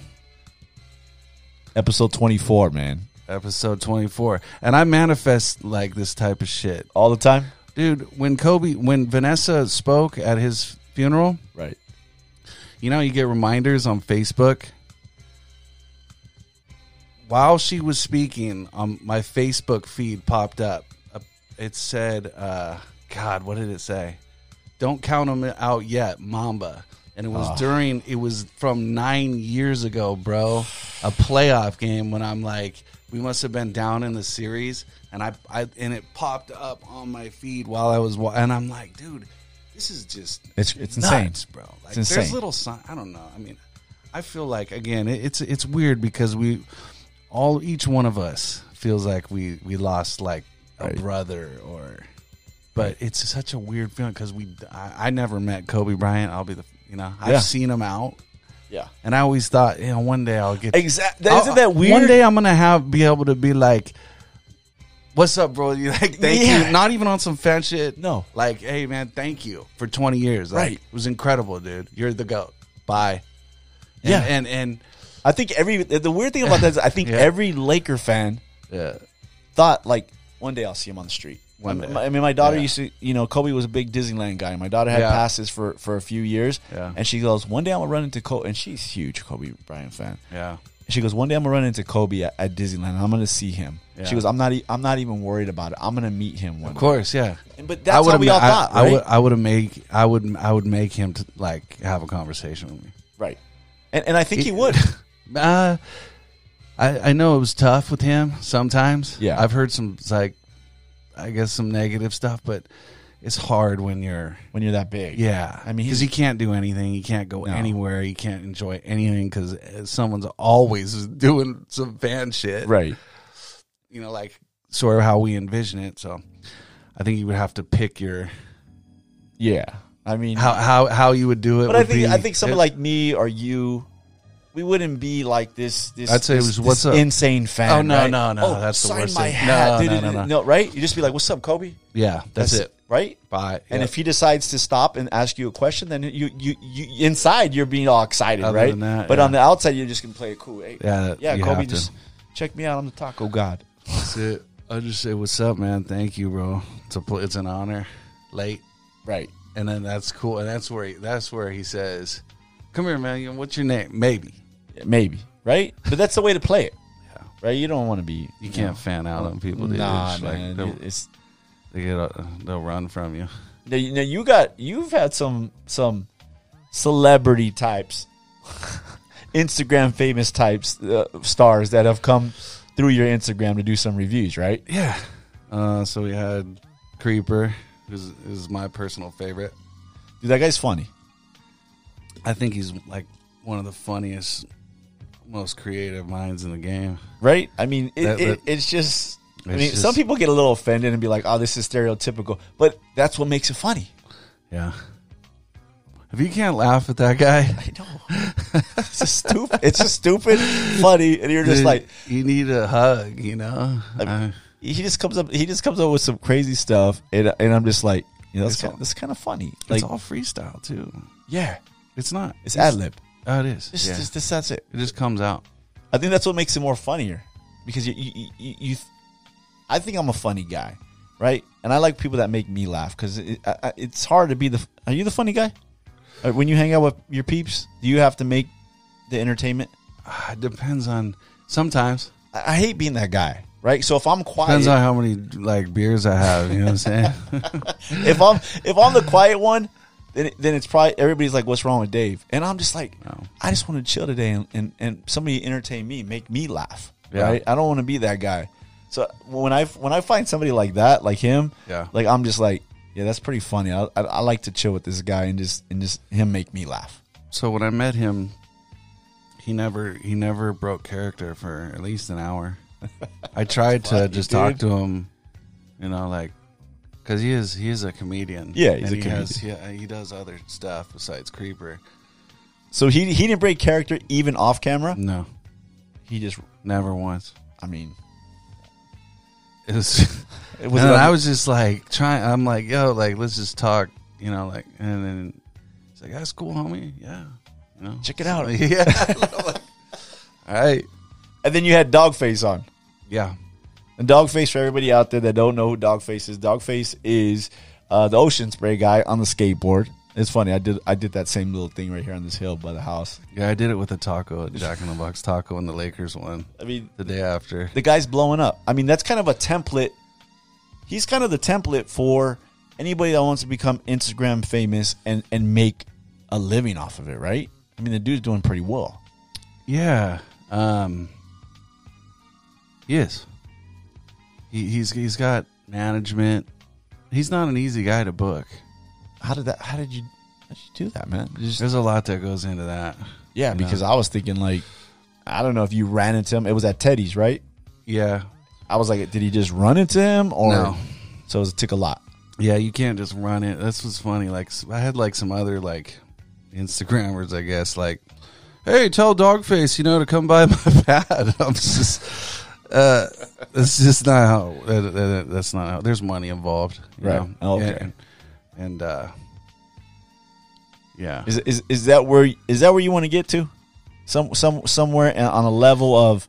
Speaker 3: Episode 24, man.
Speaker 2: Episode 24. And I manifest like this type of shit.
Speaker 3: All the time?
Speaker 2: Dude, when Kobe, when Vanessa spoke at his funeral,
Speaker 3: Right.
Speaker 2: you know, you get reminders on Facebook. While she was speaking, um, my Facebook feed popped up. Uh, It said, uh, God, what did it say? don't count them out yet, Mamba. And it was during, it was from nine years ago, bro, a playoff game when I'm like, we must have been down in the series. And I, I and it popped up on my feed while I was, wa- and I'm like, dude, this is just
Speaker 3: It's- it's insane.
Speaker 2: nuts, bro. Like,
Speaker 3: It's insane.
Speaker 2: There's little sign. I don't know. I mean, I feel like again, it, it's it's weird because we all each one of us feels like we we lost like a
Speaker 3: Right.
Speaker 2: brother or, but it's such a weird feeling because we I, I never met Kobe Bryant. I'll be the you know I've
Speaker 3: Yeah.
Speaker 2: seen him out.
Speaker 3: Yeah.
Speaker 2: And I always thought, you know, one day I'll get.
Speaker 3: Exactly.
Speaker 2: I'll-
Speaker 3: Isn't that weird?
Speaker 2: One day I'm gonna have be able to be like, "What's up, bro?" You like, thank
Speaker 3: Yeah.
Speaker 2: you. Not even on some fan shit.
Speaker 3: No.
Speaker 2: like, hey man, thank you for 20 years. Like,
Speaker 3: Right.
Speaker 2: it was incredible, dude. You're the goat. Bye. And,
Speaker 3: Yeah.
Speaker 2: and and
Speaker 3: I think every the weird thing about that is I think
Speaker 2: Yeah.
Speaker 3: every Laker fan
Speaker 2: yeah,
Speaker 3: thought like one day I'll see him on the street.
Speaker 2: One
Speaker 3: I mean,
Speaker 2: day.
Speaker 3: my- I mean, my daughter
Speaker 2: Yeah.
Speaker 3: used to, you know, Kobe was a big Disneyland guy. My daughter had
Speaker 2: Yeah.
Speaker 3: passes for for a few years,
Speaker 2: Yeah.
Speaker 3: and she goes, "One day I'm gonna run into Kobe," and she's huge Kobe Bryant fan.
Speaker 2: yeah,
Speaker 3: And she goes, "One day I'm gonna run into Kobe at, at Disneyland. and I'm gonna see him."
Speaker 2: Yeah.
Speaker 3: She goes, "I'm not, e- I'm not even worried about it. I'm gonna meet him one
Speaker 2: of course, yeah.
Speaker 3: day." And- But that's
Speaker 2: would've
Speaker 3: what we
Speaker 2: ma-
Speaker 3: all
Speaker 2: I-
Speaker 3: thought,
Speaker 2: I
Speaker 3: right?
Speaker 2: would I would have make I would I would make him to like have a conversation with me.
Speaker 3: right. And and I think he would.
Speaker 2: Uh, I I know it was tough with him sometimes.
Speaker 3: Yeah.
Speaker 2: I've heard some like, I guess some negative stuff, but it's hard when you're
Speaker 3: when you're that big.
Speaker 2: yeah.
Speaker 3: I mean,
Speaker 2: because
Speaker 3: he's-
Speaker 2: he can't do anything, he can't go anywhere, he can't enjoy anything because someone's always doing some fan shit,
Speaker 3: Right.
Speaker 2: You know, like sort of how we envision it. So, I think you would have to pick your
Speaker 3: Yeah. I mean,
Speaker 2: how how how you would do it.
Speaker 3: But I
Speaker 2: would
Speaker 3: think
Speaker 2: be-
Speaker 3: I think someone
Speaker 2: it-
Speaker 3: like me or you, we wouldn't be like this. This
Speaker 2: I'd say it
Speaker 3: this-
Speaker 2: was,
Speaker 3: this
Speaker 2: "What's up?"
Speaker 3: insane fan.
Speaker 2: Oh, no,
Speaker 3: right?
Speaker 2: no, no,
Speaker 3: Oh,
Speaker 2: that's the
Speaker 3: sign
Speaker 2: worst
Speaker 3: my
Speaker 2: thing.
Speaker 3: hat.
Speaker 2: No,
Speaker 3: dude,
Speaker 2: no,
Speaker 3: dude,
Speaker 2: no, no.
Speaker 3: right? You just be like, "What's up, Kobe?"
Speaker 2: yeah, that's, it.
Speaker 3: right?
Speaker 2: Bye.
Speaker 3: And
Speaker 2: Yep.
Speaker 3: if he decides to stop and ask you a question, then you you, you inside you're being all excited,
Speaker 2: Other
Speaker 3: right?
Speaker 2: than that,
Speaker 3: but
Speaker 2: yeah.
Speaker 3: on the outside, you're just gonna play it cool. Hey,
Speaker 2: Yeah,
Speaker 3: yeah,
Speaker 2: you
Speaker 3: Kobe,
Speaker 2: have to.
Speaker 3: just check me out. I'm the taco god.
Speaker 2: That's it. I just say, "What's up, man? Thank you, bro. It's a pl- it's an honor." Late,
Speaker 3: Right.
Speaker 2: and then that's cool, and that's where he, that's where he says, "Come here, man. You- What's your name? Maybe
Speaker 3: Yeah, Maybe. Right. But that's the way to play it.
Speaker 2: Yeah.
Speaker 3: Right. You don't want to be.
Speaker 2: you can't fan out on people. Dude.
Speaker 3: Nah,
Speaker 2: It's
Speaker 3: man.
Speaker 2: Like, they'll,
Speaker 3: It's
Speaker 2: they get uh, they'll run from you.
Speaker 3: Now, you now you got you've had some some celebrity types, Instagram famous types, uh, stars that have come through your Instagram to do some reviews, right?
Speaker 2: Yeah. Uh, so we had Creeper, who's is my personal favorite.
Speaker 3: Dude, that guy's funny.
Speaker 2: I think he's like one of the funniest, most creative minds in the game.
Speaker 3: right? I mean, it,
Speaker 2: That-
Speaker 3: it,
Speaker 2: that-
Speaker 3: it's just. I
Speaker 2: It's
Speaker 3: mean, some
Speaker 2: just-
Speaker 3: people get a little offended and be like, "Oh, this is stereotypical," but that's what makes it funny.
Speaker 2: Yeah. If you can't laugh at that guy,
Speaker 3: I know. it's just stupid. It's just stupid, funny, and you're just
Speaker 2: Dude,
Speaker 3: like,
Speaker 2: you need a hug, you know. Uh,
Speaker 3: he just comes up, he just comes up with some crazy stuff, and and I'm just like, you know, that's
Speaker 2: It's
Speaker 3: kind,
Speaker 2: all-
Speaker 3: that's kind of funny.
Speaker 2: it's
Speaker 3: Like,
Speaker 2: all freestyle too.
Speaker 3: yeah,
Speaker 2: It's not.
Speaker 3: it's ad lib.
Speaker 2: Oh, it is.
Speaker 3: Just,
Speaker 2: yeah.
Speaker 3: just, just that's it.
Speaker 2: it just comes out.
Speaker 3: I think that's what makes it more funnier because you, you, you, you, you I think I'm a funny guy, right? And I like people that make me laugh because it, I, I- it's hard to be the. Are you the funny guy? Uh, When you hang out with your peeps, do you have to make the entertainment?
Speaker 2: Ah, It depends on. Sometimes
Speaker 3: I, I hate being that guy, right? So if I'm quiet,
Speaker 2: depends on how many like beers I have. You know what I'm saying?
Speaker 3: if I'm if I'm the quiet one, then it, then it's probably everybody's like, "What's wrong with Dave?" And I'm just like,
Speaker 2: No.
Speaker 3: I just want to chill today and, and and somebody entertain me, make me laugh.
Speaker 2: Yeah.
Speaker 3: Right? I don't want to be that guy. So when I when I find somebody like that, like him,
Speaker 2: Yeah.
Speaker 3: like I'm just like, yeah, that's pretty funny. I, I, I like to chill with this guy and just and just him make me laugh.
Speaker 2: so when I met him, he never he never broke character for at least an hour. I tried to
Speaker 3: Fuck you,
Speaker 2: just
Speaker 3: dude.
Speaker 2: talk to him, you know, like because he is he is a comedian.
Speaker 3: Yeah, he's
Speaker 2: And he
Speaker 3: a
Speaker 2: Has, he, he does other stuff besides Creeper.
Speaker 3: So he he didn't break character even off camera.
Speaker 2: No,
Speaker 3: He just,
Speaker 2: never once.
Speaker 3: I mean,
Speaker 2: It was.
Speaker 3: it was.
Speaker 2: and then I was just like trying. I'm like, yo, like let's just talk, you know, like. And then it's like, that's cool, homie. Yeah, you know,
Speaker 3: Check it out.
Speaker 2: yeah. I'm like, All right.
Speaker 3: and then you had dog face on.
Speaker 2: Yeah.
Speaker 3: And Dogface, for everybody out there that don't know who Dogface is, Dogface is uh, the ocean spray guy on the skateboard. It's funny. I did I did that same little thing right here on this hill by the house.
Speaker 2: Yeah, I did it with a taco, a Jack in the Box taco, and the Lakers won
Speaker 3: I mean,
Speaker 2: the day after.
Speaker 3: the guy's blowing up. I mean, that's kind of a template. He's kind of the template for anybody that wants to become Instagram famous and and make a living off of it, right? I mean, the dude's doing pretty well.
Speaker 2: Yeah. Um Yes. He, he's he's got management. He's not an easy guy to book.
Speaker 3: How did that? How did you? How did you do that, man? You just-
Speaker 2: There's a lot that goes into that.
Speaker 3: yeah, because I was thinking like, I don't know if you ran into him. It was at Teddy's, right?
Speaker 2: Yeah.
Speaker 3: I was like, did he just run into him or?
Speaker 2: No.
Speaker 3: So it took a lot.
Speaker 2: Yeah, you can't just run it. That's what's funny. Like s- I had like some other like Instagrammers, I guess, like, hey, tell Dogface, you know, to come by my pad. I'm just uh that's just not how that, that- that's not how there's money involved. you
Speaker 3: Right.
Speaker 2: know?
Speaker 3: Okay.
Speaker 2: And, and, uh yeah.
Speaker 3: Is, is is that where is that where you want to get to? Some some somewhere a- on a level of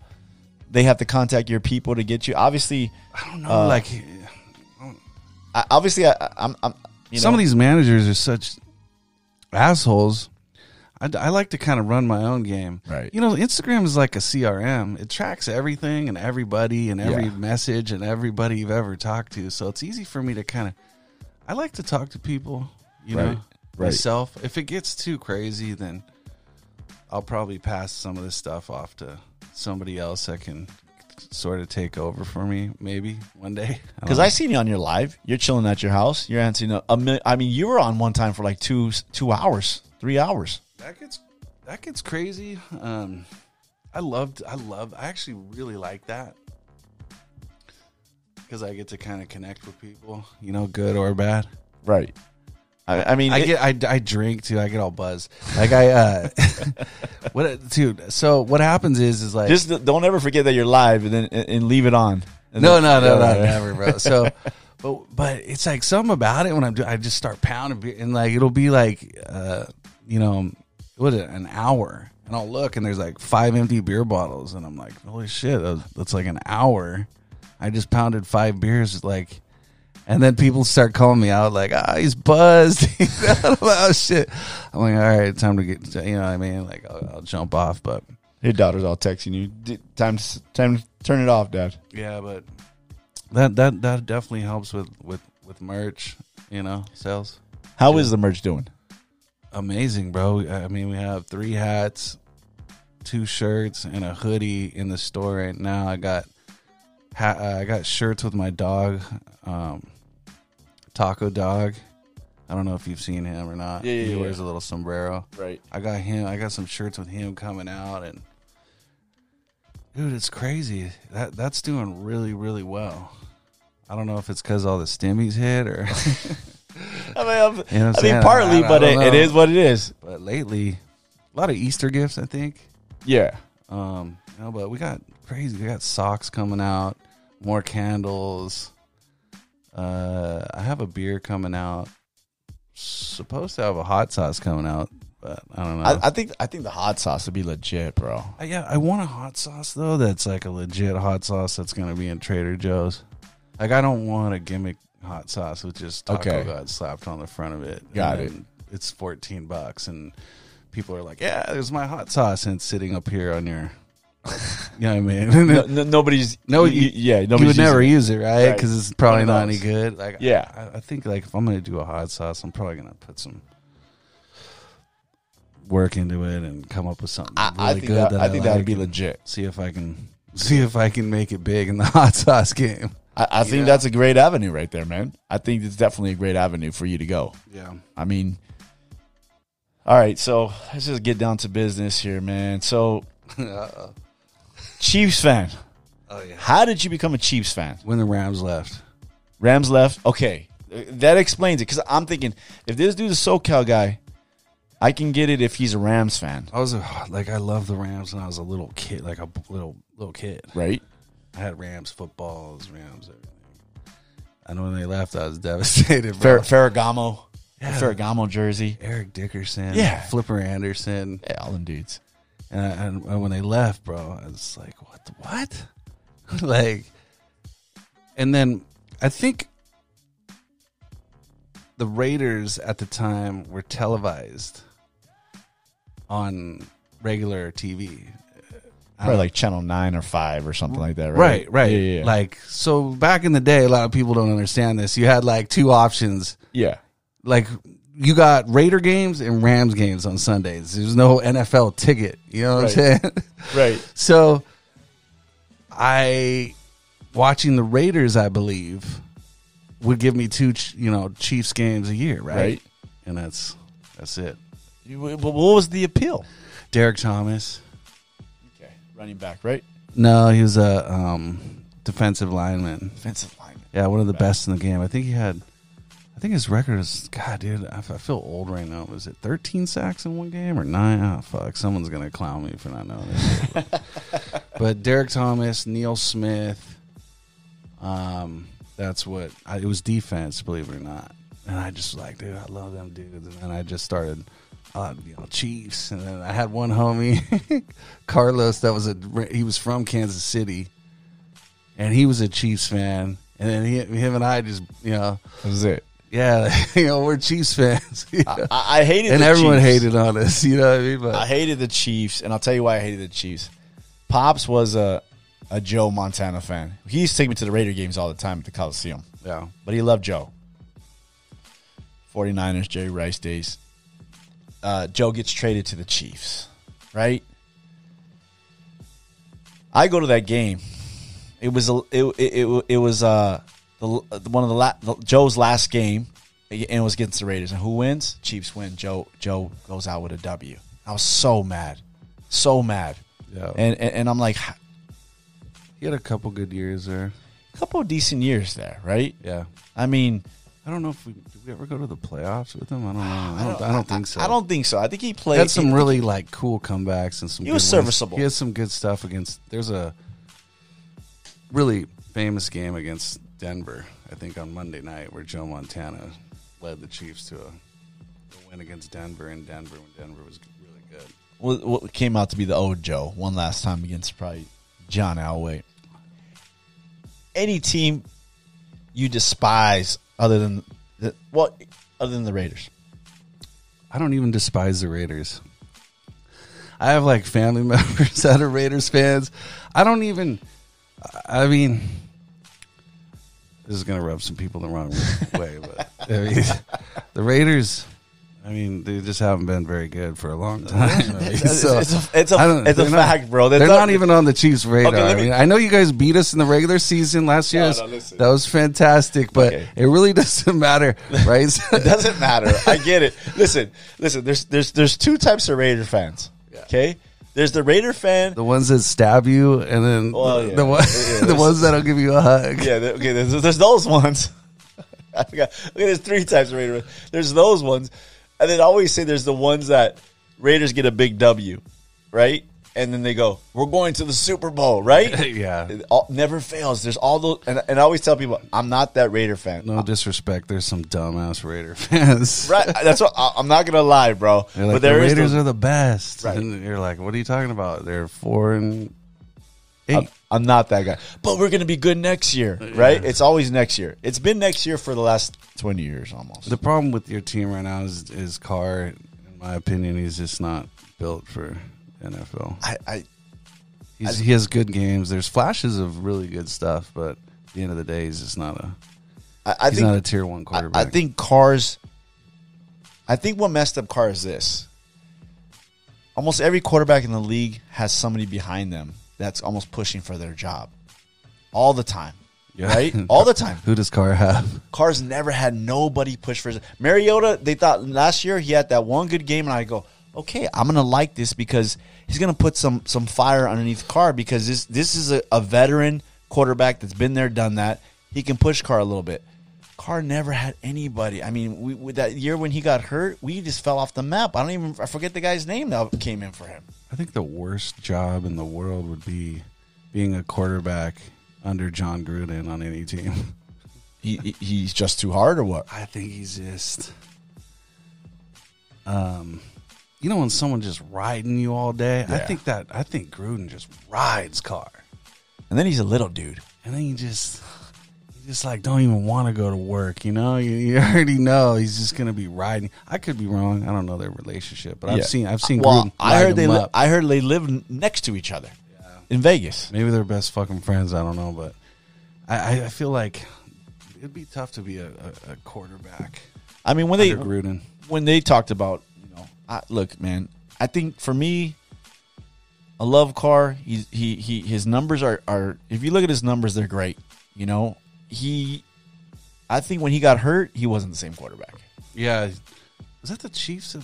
Speaker 3: they have to contact your people to get you. Obviously,
Speaker 2: I don't know,
Speaker 3: Uh,
Speaker 2: like
Speaker 3: I, obviously, I, I- I'm. I'm you know,
Speaker 2: some of these managers are such assholes. I, I like to kind of run my own game.
Speaker 3: Right.
Speaker 2: You know, Instagram is like a CRM. It tracks everything and everybody and every
Speaker 3: Yeah.
Speaker 2: message and everybody you've ever talked to. So it's easy for me to kind of. I like to talk to people. You
Speaker 3: Right.
Speaker 2: know,
Speaker 3: Right.
Speaker 2: myself. If it gets too crazy, then I'll probably pass some of this stuff off to somebody else that can sort of take over for me. Maybe one day. don't
Speaker 3: Because I seen you on your live. You're chilling at your house. You're answering a, a mil- I mean, you were on one time for like two two hours, three hours.
Speaker 2: that gets that gets crazy. Um, I loved, I love, I actually really like that because I get to kind of connect with people, you know, good or bad.
Speaker 3: Right. I, I mean,
Speaker 2: I
Speaker 3: it-
Speaker 2: get, I, I drink too. I get all buzzed. Like I, uh, what, dude? So what happens is, is like,
Speaker 3: just th- don't ever forget that you're live and then and, and leave it on. And
Speaker 2: no,
Speaker 3: then-
Speaker 2: no, no, no,
Speaker 3: Yeah.
Speaker 2: never, bro. So, but but it's like something about it when I'm do- I just start pounding beer and like it'll be like uh you know what is it, an hour and I'll look and there's like five empty beer bottles and I'm like holy shit that- that's like an hour I just pounded five beers like. And then people start calling me out like, ah, he's buzzed. You know, oh, shit. I'm like, all right, time to get, you know what I mean? Like, I'll, I'll jump off. But
Speaker 3: Your daughter's all texting you. D- time to, s- time to turn it off, Dad.
Speaker 2: Yeah, but that that that definitely helps with with with merch, you know, sales.
Speaker 3: How is the merch doing?
Speaker 2: Amazing, bro. I mean, we have three hats, two shirts, and a hoodie in the store right now. I got ha- uh, I got shirts with my dog, um, Taco Dog. I don't know if you've seen him or not.
Speaker 3: Yeah, yeah,
Speaker 2: he
Speaker 3: yeah.
Speaker 2: wears a little sombrero.
Speaker 3: Right.
Speaker 2: I got him. I got some shirts with him coming out, and dude, it's crazy. That that's doing really, really well. I don't know if it's because all the stimmies hit, or
Speaker 3: I mean,
Speaker 2: You know
Speaker 3: I'm-
Speaker 2: what
Speaker 3: I
Speaker 2: I'm
Speaker 3: mean
Speaker 2: saying?
Speaker 3: partly,
Speaker 2: I- I
Speaker 3: but
Speaker 2: don't
Speaker 3: it, it
Speaker 2: know.
Speaker 3: is what it is.
Speaker 2: but lately, a lot of Easter gifts, I think.
Speaker 3: Yeah.
Speaker 2: Um, you know, but we got crazy. We got socks coming out, more candles. Uh, I have a beer coming out. Supposed to have a hot sauce coming out, but I don't know.
Speaker 3: I, I think I think the hot sauce would be legit, bro.
Speaker 2: Uh, Yeah, I want a hot sauce though. That's like a legit hot sauce that's gonna be in Trader Joe's. Like I don't want a gimmick hot sauce with just taco
Speaker 3: Okay.
Speaker 2: god slapped on the front of it.
Speaker 3: Got
Speaker 2: And
Speaker 3: it.
Speaker 2: then It's fourteen bucks, and people are like, "Yeah, there's my hot sauce," and it's sitting up here on your. you know what I mean?
Speaker 3: No, no- nobody's
Speaker 2: No,
Speaker 3: y-
Speaker 2: you-
Speaker 3: y- yeah,
Speaker 2: you
Speaker 3: nobody's
Speaker 2: would never
Speaker 3: using it.
Speaker 2: use it, right?
Speaker 3: Right.
Speaker 2: Because it's probably
Speaker 3: One
Speaker 2: not
Speaker 3: of
Speaker 2: any
Speaker 3: those.
Speaker 2: good. Like,
Speaker 3: Yeah.
Speaker 2: I, I think like if I'm gonna do a hot sauce, I'm probably gonna put some work into it and come up with something
Speaker 3: I,
Speaker 2: really
Speaker 3: I think
Speaker 2: good.
Speaker 3: that,
Speaker 2: that
Speaker 3: I think that would
Speaker 2: like
Speaker 3: be
Speaker 2: and
Speaker 3: legit.
Speaker 2: See if I can see if I can make it big in the hot sauce game.
Speaker 3: I, I think that's a great avenue right there, man. I think it's definitely a great avenue for you to go.
Speaker 2: Yeah.
Speaker 3: I mean, all right, so let's just get down to business here, man. So,
Speaker 2: oh
Speaker 3: Chiefs fan,
Speaker 2: yeah.
Speaker 3: how did you become a Chiefs fan?
Speaker 2: When the Rams left.
Speaker 3: Rams left. Okay, that explains it. Because I'm thinking, if this dude's a SoCal guy, I can get it if he's a Rams fan,
Speaker 2: I was a, like I loved the Rams when I was a little kid, like a b- little little kid.
Speaker 3: right?
Speaker 2: I had Rams footballs, Rams everything. And when they left, I was devastated.
Speaker 3: Fer-
Speaker 2: Bro.
Speaker 3: Ferragamo,
Speaker 2: Yeah.
Speaker 3: Ferragamo jersey.
Speaker 2: Eric Dickerson,
Speaker 3: Yeah.
Speaker 2: Flipper Anderson,
Speaker 3: Yeah, all them dudes.
Speaker 2: and, I, and- and when they left, bro, I was like, what? the- What? like, and then I think the Raiders at the time were televised on regular TV.
Speaker 3: Probably like Channel 9 or 5 or something like that, right?
Speaker 2: Right, right.
Speaker 3: Yeah, yeah, yeah.
Speaker 2: Like so back in the day, a lot of people don't understand this. You had like two options.
Speaker 3: yeah.
Speaker 2: Like you got Raider games and Rams games on Sundays. There's no NFL ticket. You know what I'm
Speaker 3: Right.
Speaker 2: saying?
Speaker 3: Right.
Speaker 2: So I watching the Raiders, I believe, would give me two, ch- you know, Chiefs games a year, right?
Speaker 3: Right.
Speaker 2: And that's that's it.
Speaker 3: You- wh- What was the appeal?
Speaker 2: Derek Thomas.
Speaker 3: Okay. Running back, right?
Speaker 2: No, he was a um, defensive lineman.
Speaker 3: Defensive lineman.
Speaker 2: Yeah, one of the best in the game. I think he had. I think his record is God, dude. I, f- I feel old right now. Was it 13 sacks in one game or nine? Oh fuck, someone's gonna clown me for not knowing this. but Derek Thomas, Neil Smith. Um, that's what I, it was defense, believe it or not. And I just like, dude, I love them dudes. And then I just started, uh, you know, Chiefs. And then I had one homie, Carlos, that was a he was from Kansas City, and he was a Chiefs fan. And then he, him and I just, you know,
Speaker 3: That was it.
Speaker 2: yeah, you know, we're Chiefs fans, you know?
Speaker 3: I, I hated
Speaker 2: and
Speaker 3: the
Speaker 2: everyone
Speaker 3: Chiefs.
Speaker 2: hated on us. You know what I mean? But
Speaker 3: I hated the Chiefs, and I'll tell you why I hated the Chiefs. Pops was a a Joe Montana fan. He used to take me to the Raider games all the time at the Coliseum,
Speaker 2: yeah,
Speaker 3: but he loved Joe. 49ers, Jerry Rice days. Uh, Joe gets traded to the Chiefs, right? I go to that game. It was a, it, it, it, it was uh, the, one of the, la- the Joe's last game, and it was against the Raiders. And who wins? Chiefs win. Joe Joe goes out with a W. I was so mad, so mad,
Speaker 2: Yeah.
Speaker 3: and, and and I'm like, a
Speaker 2: he had a couple good years there.
Speaker 3: couple of decent years there, right?
Speaker 2: Yeah,
Speaker 3: I mean,
Speaker 2: I don't know if we did we ever go to the playoffs with him. I don't know. I don't. I don't, think so.
Speaker 3: I don't think so. I think he
Speaker 2: He
Speaker 3: played
Speaker 2: had some really like cool comebacks and some.
Speaker 3: He
Speaker 2: good
Speaker 3: was
Speaker 2: wins.
Speaker 3: serviceable.
Speaker 2: He had some good stuff against. There's a really famous game against Denver. I think on Monday night where Joe Montana led the Chiefs to a, a win against Denver in Denver when Denver was really good.
Speaker 3: what, what came out to be the old Joe one last time against probably John Elway. Any team you despise other than the, well, other than the Raiders.
Speaker 2: I don't even despise the Raiders. I have like family members that are Raiders fans. I don't even. I mean, this is gonna rub some people the wrong way, but I mean, the Raiders. I mean, they just haven't been very good for a long time. I mean,
Speaker 3: It's-
Speaker 2: so
Speaker 3: it's a- it's a-
Speaker 2: I don't-
Speaker 3: it's a
Speaker 2: they're
Speaker 3: fact, bro. That's
Speaker 2: They're
Speaker 3: not-
Speaker 2: not even on the Chiefs' radar.
Speaker 3: let me-
Speaker 2: I, mean, I know you guys beat us in the regular season last year.
Speaker 3: no, listen.
Speaker 2: that was fantastic, but
Speaker 3: Okay.
Speaker 2: it really doesn't matter, right?
Speaker 3: It doesn't matter. I get it. Listen, listen. There's there's there's two types of Raider fans. Okay, there's the Raider fan.
Speaker 2: The ones that stab you, and then
Speaker 3: Well,
Speaker 2: the-
Speaker 3: Oh, yeah.
Speaker 2: the, one,
Speaker 3: Yeah,
Speaker 2: the
Speaker 3: there's-
Speaker 2: ones that'll give you a hug.
Speaker 3: yeah, there- okay. There's, there's those ones. I forgot. Okay, there's three types of Raiders. There's those ones, and then I always say there's the ones that Raiders get a big W, right? And then they go, "We're going to the Super Bowl," right?
Speaker 2: Yeah.
Speaker 3: It all, never fails. There's all those, and, and I always tell people, I'm not that Raider fan.
Speaker 2: No disrespect, there's some dumbass Raider fans.
Speaker 3: Right? That's what I, I'm not gonna lie, bro.
Speaker 2: They're like,
Speaker 3: but there
Speaker 2: the
Speaker 3: is
Speaker 2: Raiders
Speaker 3: those-
Speaker 2: are the best.
Speaker 3: Right.
Speaker 2: And you're like, what are you talking about? They're four and eight.
Speaker 3: I'm not that guy. But we're gonna be good next year, right? It's always next year. It's been next year for the last 20 years almost.
Speaker 2: the problem with your team right now is is Carr. In my opinion, he's just not built for NFL.
Speaker 3: I, I
Speaker 2: He's, he has good games. There's flashes of really good stuff, but at the end of the day, he's just not a
Speaker 3: I, I
Speaker 2: he's
Speaker 3: think
Speaker 2: not a tier one
Speaker 3: I,
Speaker 2: quarterback.
Speaker 3: I think cars. I think what messed up Carr is this. Almost every quarterback in the league has somebody behind them that's almost pushing for their job, all the time.
Speaker 2: Yeah.
Speaker 3: Right, all the time.
Speaker 2: Who does Carr have?
Speaker 3: Carr's never had nobody push for his. Mariota, they thought last year he had that one good game, and I go, okay, I'm gonna like this because he's gonna put some some fire underneath Carr because this this is a, a veteran quarterback that's been there, done that. He can push Carr a little bit. Carr never had anybody. I mean, we, with that year when he got hurt, we just fell off the map. I don't even I forget the guy's name that came in for him.
Speaker 2: I think the worst job in the world would be being a quarterback under John Gruden on any team.
Speaker 3: He, he- he's just too hard, or what?
Speaker 2: I think he's just, um, you know, when someone just riding you all day. I
Speaker 3: Yeah.
Speaker 2: think that I think Gruden just rides Carr,
Speaker 3: And then he's a little dude.
Speaker 2: and then you just, you just like don't even want to go to work. You know, you, you already know he's just gonna be riding. I could be wrong. I don't know their relationship, but I've
Speaker 3: Yeah.
Speaker 2: seen I've seen
Speaker 3: Well,
Speaker 2: Gruden.
Speaker 3: I
Speaker 2: ride
Speaker 3: heard they
Speaker 2: him
Speaker 3: li-
Speaker 2: up.
Speaker 3: I heard they live n- next to each other. in Vegas.
Speaker 2: Maybe they're best fucking friends. I don't know, but I, I- I feel like it'd be tough to be a, a, a quarterback
Speaker 3: I mean, when they
Speaker 2: under Gruden.
Speaker 3: when they talked about, you know, I, look, man, I think for me, I love Carr. He's he he his numbers are are if you look at his numbers, they're great. You know, he, I think when he got hurt, he wasn't the same quarterback.
Speaker 2: Yeah, was that the Chiefs that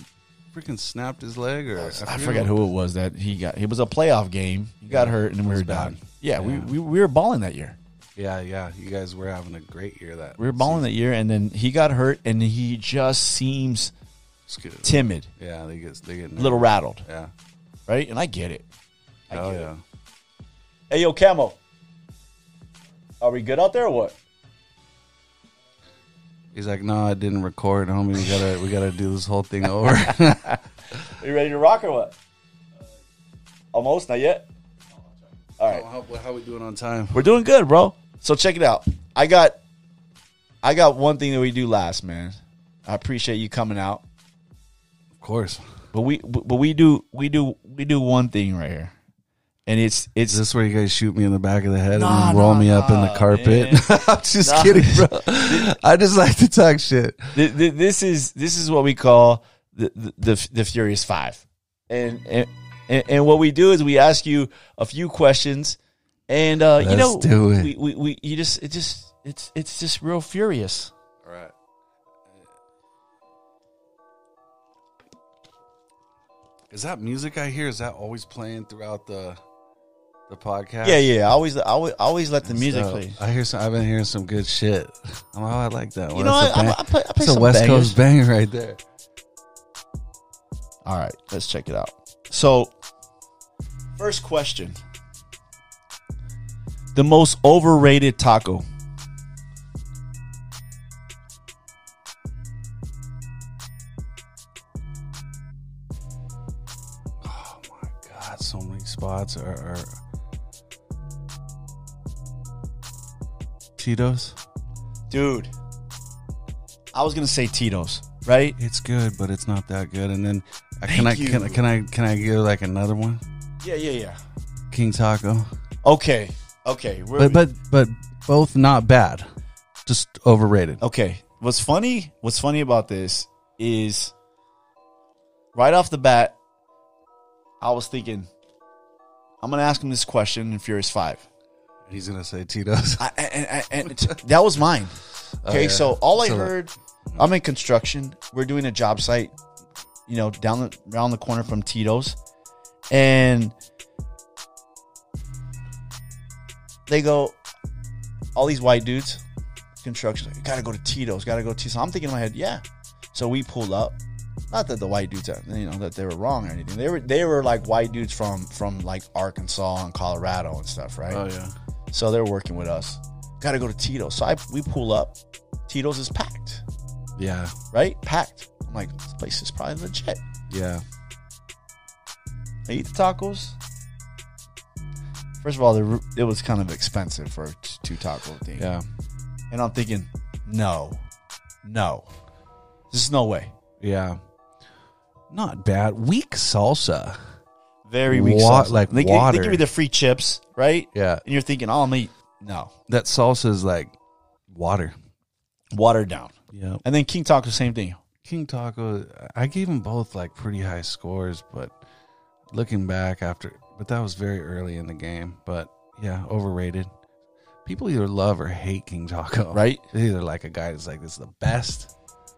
Speaker 2: freaking snapped his leg or
Speaker 3: I forget who it was that he got. It was a playoff game. He got hurt and we were
Speaker 2: bad.
Speaker 3: down. Yeah, We,
Speaker 2: Yeah.
Speaker 3: we we were balling that year.
Speaker 2: Yeah, yeah, you guys were having a great year that
Speaker 3: We were balling that year, and then he got hurt, and he just seems
Speaker 2: season. It's good.
Speaker 3: timid,
Speaker 2: Yeah, they get they get
Speaker 3: a little rattled,
Speaker 2: Yeah,
Speaker 3: right? And I get it. I
Speaker 2: oh
Speaker 3: get it.
Speaker 2: yeah.
Speaker 3: Hey, yo, Camo. Are we good out there or what?
Speaker 2: He's like, no, I didn't record, homie. We gotta we gotta do this whole thing over.
Speaker 3: Are you ready to rock or what? Almost, not yet. All right.
Speaker 2: how, how we doing on time?
Speaker 3: We're doing good, bro. So check it out. I got I got one thing that we do last, man. I appreciate you coming out.
Speaker 2: Of course.
Speaker 3: But we but we do we do we do one thing right here. And it's it's
Speaker 2: Is this where you guys shoot me in the back of the head
Speaker 3: Nah,
Speaker 2: and roll
Speaker 3: nah,
Speaker 2: me up in the
Speaker 3: nah,
Speaker 2: carpet?
Speaker 3: man.
Speaker 2: I'm just
Speaker 3: Nah.
Speaker 2: kidding, bro. I just like to talk shit.
Speaker 3: Th- th- this is this is what we call the the, the, the Furious Five, and, and and and what we do is we ask you a few questions, and uh, you
Speaker 2: Let's
Speaker 3: know
Speaker 2: do it.
Speaker 3: We, we we you just it just it's it's just real furious.
Speaker 2: All right. Is that music I hear? Is that always playing throughout the the podcast?
Speaker 3: Yeah, yeah. I always I always, I always let the music
Speaker 2: So,
Speaker 3: play.
Speaker 2: I hear some. I've been hearing some good shit. I'm, oh, I like that. one.
Speaker 3: You know, I,
Speaker 2: That's a
Speaker 3: I,
Speaker 2: bang-
Speaker 3: I play I play
Speaker 2: that's a
Speaker 3: some
Speaker 2: West
Speaker 3: bangers.
Speaker 2: Coast banger right there.
Speaker 3: All right, let's check it out. So, first question: the most overrated taco.
Speaker 2: Oh my god, so many spots are, are... Tito's.
Speaker 3: dude. I was gonna say Tito's, right?
Speaker 2: It's good, but it's not that good. And then uh, can I
Speaker 3: Thank you.
Speaker 2: can, I- can I can I give like another one?
Speaker 3: Yeah, yeah, yeah.
Speaker 2: King Taco,
Speaker 3: Okay, okay, we're,
Speaker 2: but but but both not bad, just overrated.
Speaker 3: okay. What's funny? What's funny about this is, right off the bat, I was thinking, I'm gonna ask him this question in Furious Five.
Speaker 2: He's gonna say Tito's.
Speaker 3: I, I- I- I- and t- that was mine. Okay,
Speaker 2: Oh, yeah.
Speaker 3: so all I
Speaker 2: So that-
Speaker 3: heard, I'm in construction. We're doing a job site, you know, down the around the corner from Tito's, and they go, all these white dudes, construction, like, gotta go to Tito's, gotta go to. Tito's." So I'm thinking in my head, yeah. So we pull up. Not that the white dudes, are- you know, that they were wrong or anything. They were they were like white dudes from from like Arkansas and Colorado and stuff, right?
Speaker 2: Oh yeah,
Speaker 3: So they're working with us. Got to go to Tito's. So I, we pull up. Tito's is packed,
Speaker 2: yeah,
Speaker 3: right? Packed. I'm like, this place is probably legit.
Speaker 2: yeah.
Speaker 3: I eat the tacos. First of all, the, ru- it was kind of expensive for a t- two taco thing.
Speaker 2: Yeah.
Speaker 3: And I'm thinking, no, no, there's no way.
Speaker 2: Yeah. Not bad. Weak salsa.
Speaker 3: Very weak.
Speaker 2: Wa-
Speaker 3: sauce.
Speaker 2: like
Speaker 3: they, gi- they
Speaker 2: water.
Speaker 3: give me the free chips, right?
Speaker 2: Yeah.
Speaker 3: And you're thinking, oh, I'm gonna eat no
Speaker 2: That salsa is like water.
Speaker 3: watered down.
Speaker 2: Yeah.
Speaker 3: And then King Taco, same thing.
Speaker 2: King Taco, I gave them both like pretty high scores, but looking back after, but that was very early in the game. But yeah, overrated. People either love or hate King Taco.
Speaker 3: Right.
Speaker 2: They either like a guy that's like, this is the best,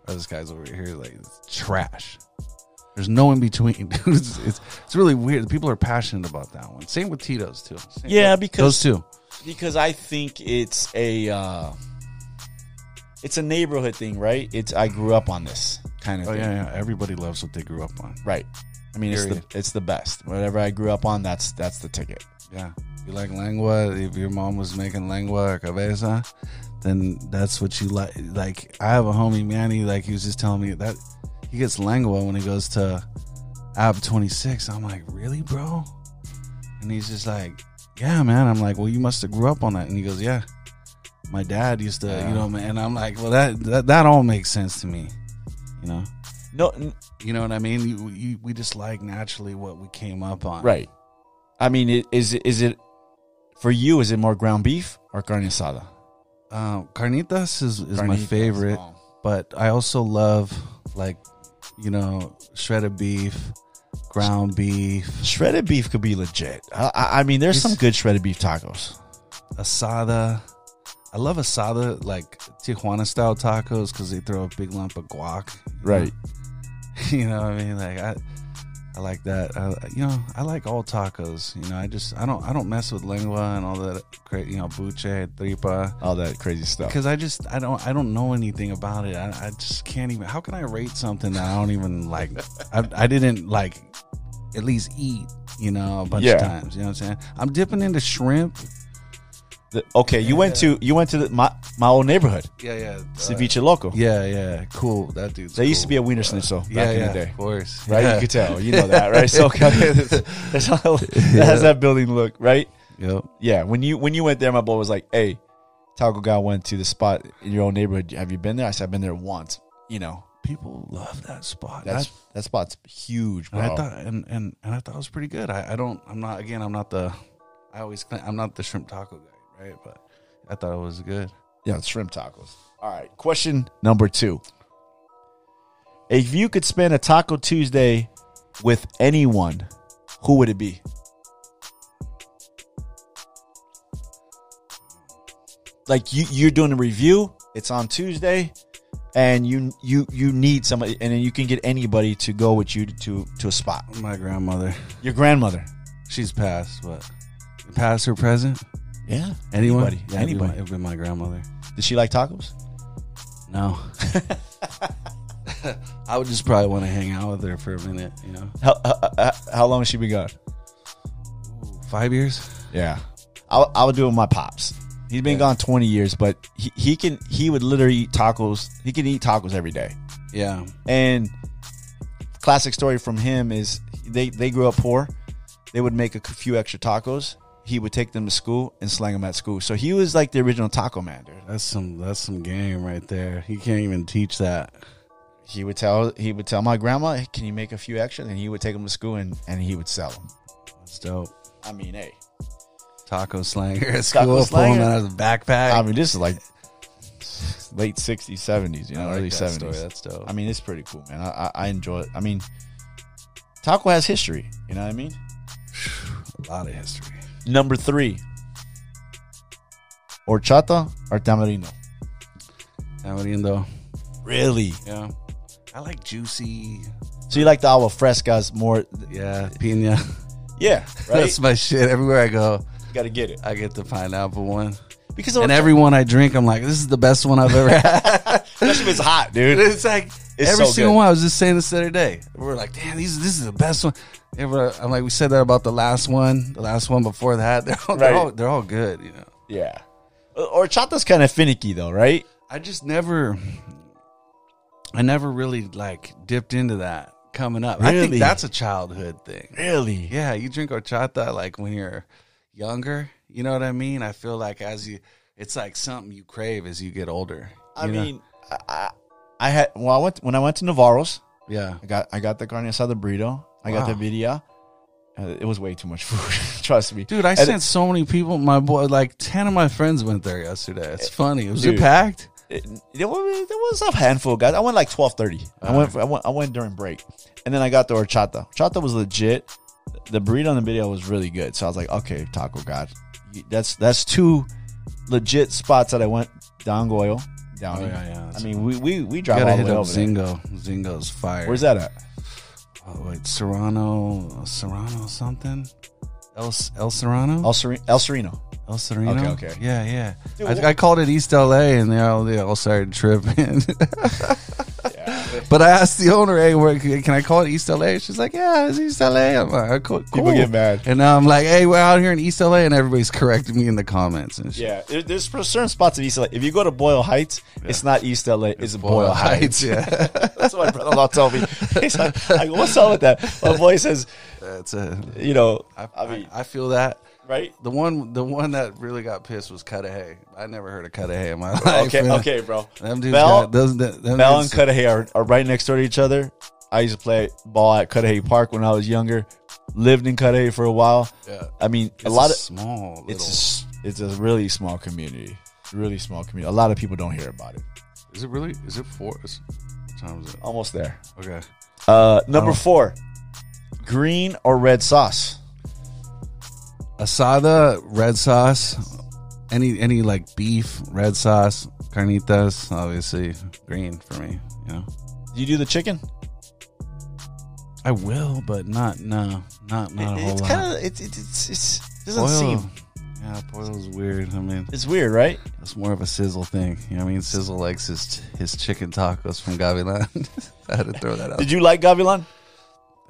Speaker 2: or this guy's over here like, it's trash. There's no in between. dude. it's, it's, it's really weird. People are passionate about that one. Same with Tito's, too. Same
Speaker 3: Yeah,
Speaker 2: with- Those
Speaker 3: because
Speaker 2: two.
Speaker 3: because I think it's a uh, it's a neighborhood thing, right? It's I grew up on this kind of
Speaker 2: Oh
Speaker 3: thing,
Speaker 2: yeah, yeah. Everybody loves what they grew up on.
Speaker 3: right? I mean, it's the
Speaker 2: Period.
Speaker 3: it's the best. Whatever I grew up on, that's that's the ticket.
Speaker 2: Yeah. You like lengua? If your mom was making lengua or cabeza, then that's what you like. Like I have a homie Manny. Like he was just telling me that he gets lengua when he goes to Ab Twenty Six. I'm like, really, bro? And he's just like, yeah, man. I'm like, well, you must have grew up on that. And he goes, yeah. My dad used to, you know, man. And I'm like, well, that, that that all makes sense to me, you know.
Speaker 3: No, n-
Speaker 2: You know what I mean? You, you, we just like naturally what we came up on,
Speaker 3: right? I mean, it, is it- is it For you, is it more ground beef or carne asada?
Speaker 2: Um, carnitas is, is my
Speaker 3: Carnitas,
Speaker 2: favorite,
Speaker 3: oh.
Speaker 2: but I also love like you know shredded beef, ground beef,
Speaker 3: Shredded beef could be legit. I, I, I mean, there's some good shredded beef tacos.
Speaker 2: asada. I love asada like Tijuana style tacos because they throw a big lump of guac.
Speaker 3: Right.
Speaker 2: you know what I mean? Like I, I like that. I, you know, I like all tacos. You know, I just I don't I don't mess with lengua and all that. Cra- you know, buche, tripa.
Speaker 3: All that crazy stuff.
Speaker 2: because I just I don't I don't know anything about it. I, I just can't even. How can I rate something that I don't even like? I, I didn't like at least eat. You know, a bunch
Speaker 3: Yeah.
Speaker 2: of times. You know what I'm saying? I'm dipping into shrimp.
Speaker 3: The- okay, you went to you went to the, my my old neighborhood,
Speaker 2: Yeah, yeah, uh,
Speaker 3: ceviche loco.
Speaker 2: yeah, yeah. Cool. That dude.
Speaker 3: They used to be a wiener schnitzel back
Speaker 2: yeah,
Speaker 3: in
Speaker 2: yeah,
Speaker 3: the day.
Speaker 2: Of course,
Speaker 3: Right,
Speaker 2: Yeah.
Speaker 3: you could tell, you know that, right? So okay, that's how, that has that building look, right?
Speaker 2: Yep.
Speaker 3: Yeah, when you when you went there, my boy was like, "Hey, Taco Guy went to the spot in your own neighborhood. Have you been there?" I said, "I've been there once." You know,
Speaker 2: People love that spot.
Speaker 3: that's
Speaker 2: I-
Speaker 3: that spot's huge, bro.
Speaker 2: and I thought and, and and I thought it was pretty good. I, I don't. I'm not. Again, I'm not the. I always. claim- I'm not the shrimp taco guy, right? But I thought it was good.
Speaker 3: Yeah, it's shrimp tacos. All right. Question number two. If you could spend a Taco Tuesday with anyone, who would it be? Like you, you're doing a review. It's on Tuesday, and you you you need somebody, and then you can get anybody to go with you to to a spot.
Speaker 2: My grandmother.
Speaker 3: Your grandmother.
Speaker 2: She's passed, but past or present?
Speaker 3: Yeah.
Speaker 2: Anyone?
Speaker 3: Anybody.
Speaker 2: Yeah, it'd be my-
Speaker 3: anybody.
Speaker 2: It'd be my grandmother.
Speaker 3: Did she like tacos?
Speaker 2: No. I would just probably want to hang out with her for a minute, you know?
Speaker 3: How how, how- how long has she been gone?
Speaker 2: Five years?
Speaker 3: Yeah, I, I would do it with my pops. He's been
Speaker 2: Yeah.
Speaker 3: gone twenty years, but he, he can he would literally eat tacos. He can eat tacos every day.
Speaker 2: Yeah.
Speaker 3: And classic story from him is they they grew up poor. They would make a few extra tacos. He would take them to school and slang them at school. So he was like the original taco man, dude.
Speaker 2: That's some that's some game right there. He can't even teach that.
Speaker 3: He would tell he would tell my grandma, "Hey, "Can you make a few extra?" And he would take them to school and and he would sell them.
Speaker 2: That's dope.
Speaker 3: I mean, hey,
Speaker 2: Taco slanger at school,
Speaker 3: Taco
Speaker 2: pulling
Speaker 3: slanger.
Speaker 2: out his backpack.
Speaker 3: I mean, this is like late '60s, '70s, you know,
Speaker 2: like
Speaker 3: early
Speaker 2: that
Speaker 3: '70s.
Speaker 2: story. That's dope.
Speaker 3: I mean, it's pretty cool, man. I, I, I enjoy it. I mean, taco has history. You know what I mean?
Speaker 2: a lot of history.
Speaker 3: Number three, horchata or tamarindo.
Speaker 2: Tamarindo.
Speaker 3: Really?
Speaker 2: Yeah. I like juicy.
Speaker 3: So you like the agua frescas more?
Speaker 2: Yeah, pina.
Speaker 3: Yeah, right.
Speaker 2: That's my shit. Everywhere I go,
Speaker 3: Got to get it
Speaker 2: I get the pineapple one.
Speaker 3: because
Speaker 2: and
Speaker 3: horchata-
Speaker 2: every one I drink, I'm like, this is the best one I've ever had.
Speaker 3: especially if it's hot, dude.
Speaker 2: it's like
Speaker 3: It's
Speaker 2: every
Speaker 3: so
Speaker 2: single
Speaker 3: good.
Speaker 2: one. I was just saying this the other day. We are like, damn, these this is the best one. And we're- I'm like, we said that about the last one, the last one before that. They're all, they're
Speaker 3: Right.
Speaker 2: all, they're all good, you know.
Speaker 3: yeah, Uh, horchata's kind of finicky though, right?
Speaker 2: I just never, I never really like dipped into that coming up. I
Speaker 3: Really?
Speaker 2: think that's a childhood thing.
Speaker 3: Really?
Speaker 2: Yeah, you drink horchata like when you're younger. You know what I mean? I feel like as you, it's like something you crave as you get older.
Speaker 3: I
Speaker 2: you know?
Speaker 3: mean, I, I I had well, I went when I went to Navarro's.
Speaker 2: yeah.
Speaker 3: I got I got the carne asada burrito. I got
Speaker 2: Wow.
Speaker 3: the video. Uh, it was way too much food. Trust me,
Speaker 2: Dude, I
Speaker 3: And-
Speaker 2: sent so many people. My boy, like ten of my friends went there yesterday. It's funny. Was
Speaker 3: Dude.
Speaker 2: it packed?
Speaker 3: it- there was, there was a handful of guys. I went like twelve thirty. I went for, I went I went during break, and then I got the horchata. Horchata was legit. The burrito on the video was really good. So I was like, okay, Taco God, You- that's that's two legit spots that I went down Goyle. Down.
Speaker 2: Oh, yeah, yeah.
Speaker 3: I mean, we we we
Speaker 2: I
Speaker 3: drive
Speaker 2: gotta
Speaker 3: all the
Speaker 2: hit
Speaker 3: way
Speaker 2: up
Speaker 3: over there.
Speaker 2: Zingo. Zingo's fire.
Speaker 3: Where's that at?
Speaker 2: Oh, wait, Serrano, Serrano something. El El Serrano,
Speaker 3: El, Seren- El Sereno.
Speaker 2: El Sereno.
Speaker 3: Oh. Okay, okay.
Speaker 2: Yeah, yeah.
Speaker 3: Dude,
Speaker 2: I,
Speaker 3: what-
Speaker 2: I called it East LA, and they all they all started tripping.
Speaker 3: Yeah.
Speaker 2: but I asked the owner, "Hey, where, can I call it East LA?" She's like, "Yeah, it's East LA." I'm like, "Oh, "Cool." cool."
Speaker 3: get mad.
Speaker 2: and now I'm like, "Hey, we're out here in East LA," and everybody's correcting me in the comments and shit.
Speaker 3: Yeah, there- there's certain spots in East LA. If you go to Boyle Heights, it's not East LA, it's, Boyle, Heights.
Speaker 2: yeah.
Speaker 3: That's what my brother-in-law told me. He's like, I go, what's up with that? My boy says,
Speaker 2: That's it.
Speaker 3: you know, I,
Speaker 2: uh, I, I,
Speaker 3: mean,
Speaker 2: I feel that.
Speaker 3: right?
Speaker 2: The one, the one that really got pissed was Cudahy. I never heard of Cudahy in my life.
Speaker 3: Okay,
Speaker 2: man.
Speaker 3: okay, bro.
Speaker 2: Them dudes
Speaker 3: Mel,
Speaker 2: got, those, them
Speaker 3: Mel and
Speaker 2: dudes-
Speaker 3: Cudahy are, are right next door to each other. I used to play ball at Cudahy Park when I was younger. lived in Carre for a while.
Speaker 2: Yeah.
Speaker 3: I mean, a
Speaker 2: It's
Speaker 3: lot of
Speaker 2: small. Little,
Speaker 3: it's a, s- it's a really small community, really small community. A lot of people don't hear about it.
Speaker 2: is it really? Is it four? Is, what time is it?
Speaker 3: Almost there.
Speaker 2: Okay.
Speaker 3: Uh, number four, green or red sauce.
Speaker 2: Asada, red sauce. Any any like beef, red sauce, carnitas, obviously green for me. You know,
Speaker 3: You do the chicken.
Speaker 2: I will, but not no, not not a whole
Speaker 3: It's
Speaker 2: lot.
Speaker 3: kind of it's it's it's, it's doesn't
Speaker 2: Boil.
Speaker 3: seem
Speaker 2: Yeah, boil's weird. I mean,
Speaker 3: it's weird, right?
Speaker 2: it's more of a sizzle thing. You know what I mean? Sizzle likes his his chicken tacos from Gavilan. I had to throw that out.
Speaker 3: Did you like Gavilan?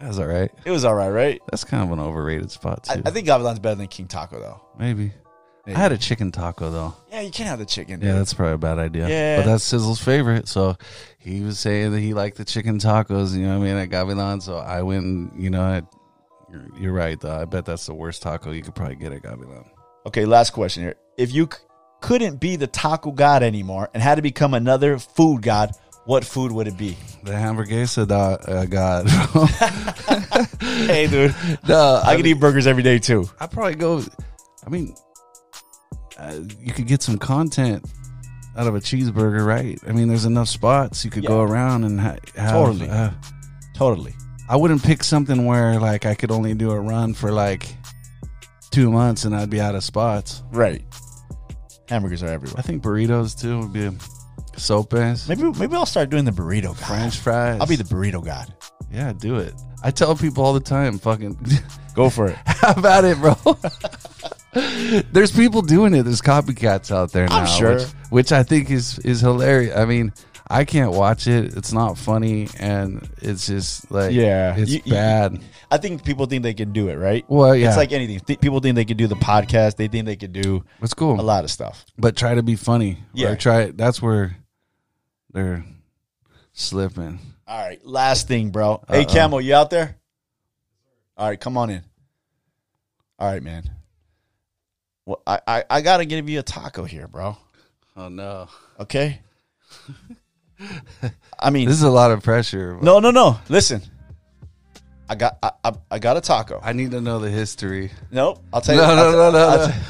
Speaker 2: That's all right.
Speaker 3: It was all right, right?
Speaker 2: That's kind of an overrated spot
Speaker 3: I,
Speaker 2: too.
Speaker 3: I think Gavilan's better than King Taco though.
Speaker 2: Maybe.
Speaker 3: Maybe.
Speaker 2: I had a chicken taco though.
Speaker 3: Yeah, you can't have the chicken.
Speaker 2: Yeah,
Speaker 3: dude.
Speaker 2: that's probably a bad idea.
Speaker 3: Yeah.
Speaker 2: But that's Sizzle's favorite. So he was saying that he liked the chicken tacos, you know what I mean, at Gavilan. So I went and, you know, I, you're, you're right, though. I bet that's the worst taco you could probably get at Gavilan.
Speaker 3: Okay, last question here. If you c- couldn't be the taco god anymore and had to become another food god, what food would it be?
Speaker 2: The hamburguesa, da, uh, God.
Speaker 3: hey, dude,
Speaker 2: no,
Speaker 3: I could eat burgers every day too.
Speaker 2: I probably go. I mean, uh, you could get some content out of a cheeseburger, right? I mean, there's enough spots you could go around and ha- have.
Speaker 3: Totally.
Speaker 2: uh,
Speaker 3: Totally.
Speaker 2: I wouldn't pick something where like I could only do a run for like two months and I'd be out of spots.
Speaker 3: Right. Hamburgers are
Speaker 2: I
Speaker 3: everywhere.
Speaker 2: think burritos too would be sopes,
Speaker 3: Maybe maybe I'll start doing the burrito god.
Speaker 2: French fries.
Speaker 3: I'll be the burrito god.
Speaker 2: yeah, do it. I tell people all the time, fucking
Speaker 3: Go for it.
Speaker 2: How about it, bro? There's people doing it. There's copycats out there now,
Speaker 3: I'm sure.
Speaker 2: which, which I think is is hilarious. I mean, I can't watch it. It's not funny, and it's just like
Speaker 3: Yeah.
Speaker 2: it's
Speaker 3: You- you-
Speaker 2: bad.
Speaker 3: I think people think they can do it, right?
Speaker 2: Well, yeah.
Speaker 3: It's like anything. Th- people think they can do the podcast. They think they can do
Speaker 2: it's
Speaker 3: a
Speaker 2: cool,
Speaker 3: lot of stuff.
Speaker 2: but try to be funny.
Speaker 3: Yeah.
Speaker 2: or try. That's where they're slipping.
Speaker 3: All right, last thing, bro. Hey, Camo, you out there? All right, come on in. All right, man. Well, I I, I gotta give you a taco here, bro.
Speaker 2: Oh no,
Speaker 3: Okay. I mean,
Speaker 2: this is a lot of pressure. but
Speaker 3: no, no, no. Listen, I got I, I, I got a taco.
Speaker 2: I need to know the history.
Speaker 3: nope, I'll tell you.
Speaker 2: No,
Speaker 3: I'll
Speaker 2: no,
Speaker 3: t-
Speaker 2: no, no.
Speaker 3: I'll
Speaker 2: no.
Speaker 3: t-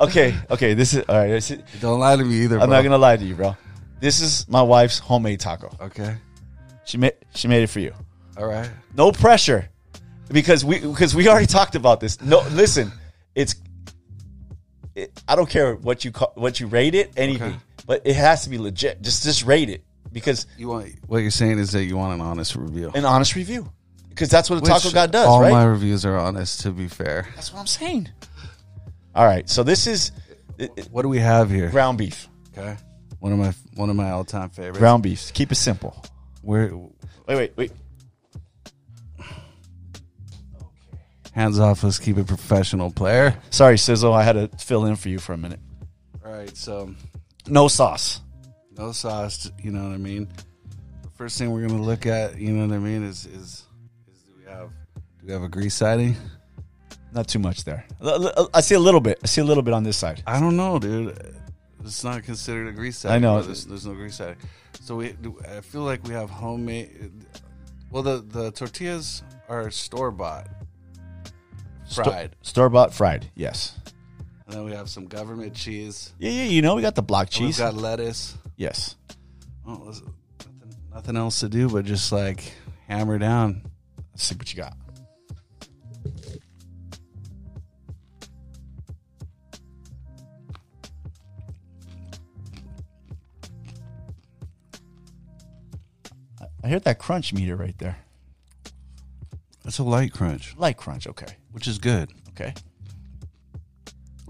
Speaker 3: Okay, okay. This is all right. This is,
Speaker 2: Don't lie to me either.
Speaker 3: I'm
Speaker 2: bro.
Speaker 3: not gonna lie to you, bro. This is my wife's homemade taco.
Speaker 2: Okay.
Speaker 3: She made she made it for you.
Speaker 2: All right.
Speaker 3: no pressure because we because we already talked about this no listen it's it, i don't care what you call what you rate it anything
Speaker 2: Okay.
Speaker 3: but it has to be legit just just rate it because
Speaker 2: You want what you're saying is that you want an honest review.
Speaker 3: an honest review because that's what a taco
Speaker 2: Which
Speaker 3: god does
Speaker 2: All
Speaker 3: right
Speaker 2: my reviews are honest. To be fair,
Speaker 3: that's what i'm saying all right so this is it, it-
Speaker 2: what do we have here?
Speaker 3: ground beef
Speaker 2: Okay, one of my one of my all time favorites.
Speaker 3: ground beef keep it simple
Speaker 2: Where
Speaker 3: wait wait wait
Speaker 2: hands off? Let's keep it professional, player.
Speaker 3: sorry sizzle i had to fill in for you for a minute
Speaker 2: All right, so
Speaker 3: no sauce
Speaker 2: no sauce. You know what I mean. The first thing we're gonna look at, you know what I mean, is is, is do we have do we have a grease siding?
Speaker 3: not too much there L- l- i see a little bit i see a little bit on this side
Speaker 2: I don't know, dude. It's not considered a grease siding.
Speaker 3: I know.
Speaker 2: bro. There's, there's no grease siding. So we, do- I feel like we have homemade. Well, the the tortillas are store bought, fried,
Speaker 3: store bought fried yes
Speaker 2: and then we have some government cheese.
Speaker 3: Yeah, yeah, you know, we got the block
Speaker 2: And We've
Speaker 3: cheese.
Speaker 2: got lettuce.
Speaker 3: yes.
Speaker 2: Oh, there's nothing, nothing else to do but just like hammer down.
Speaker 3: Let's see what you got. I- I hear that crunch meter right there.
Speaker 2: It's a light crunch,
Speaker 3: Light crunch, okay.
Speaker 2: which is good.
Speaker 3: Okay.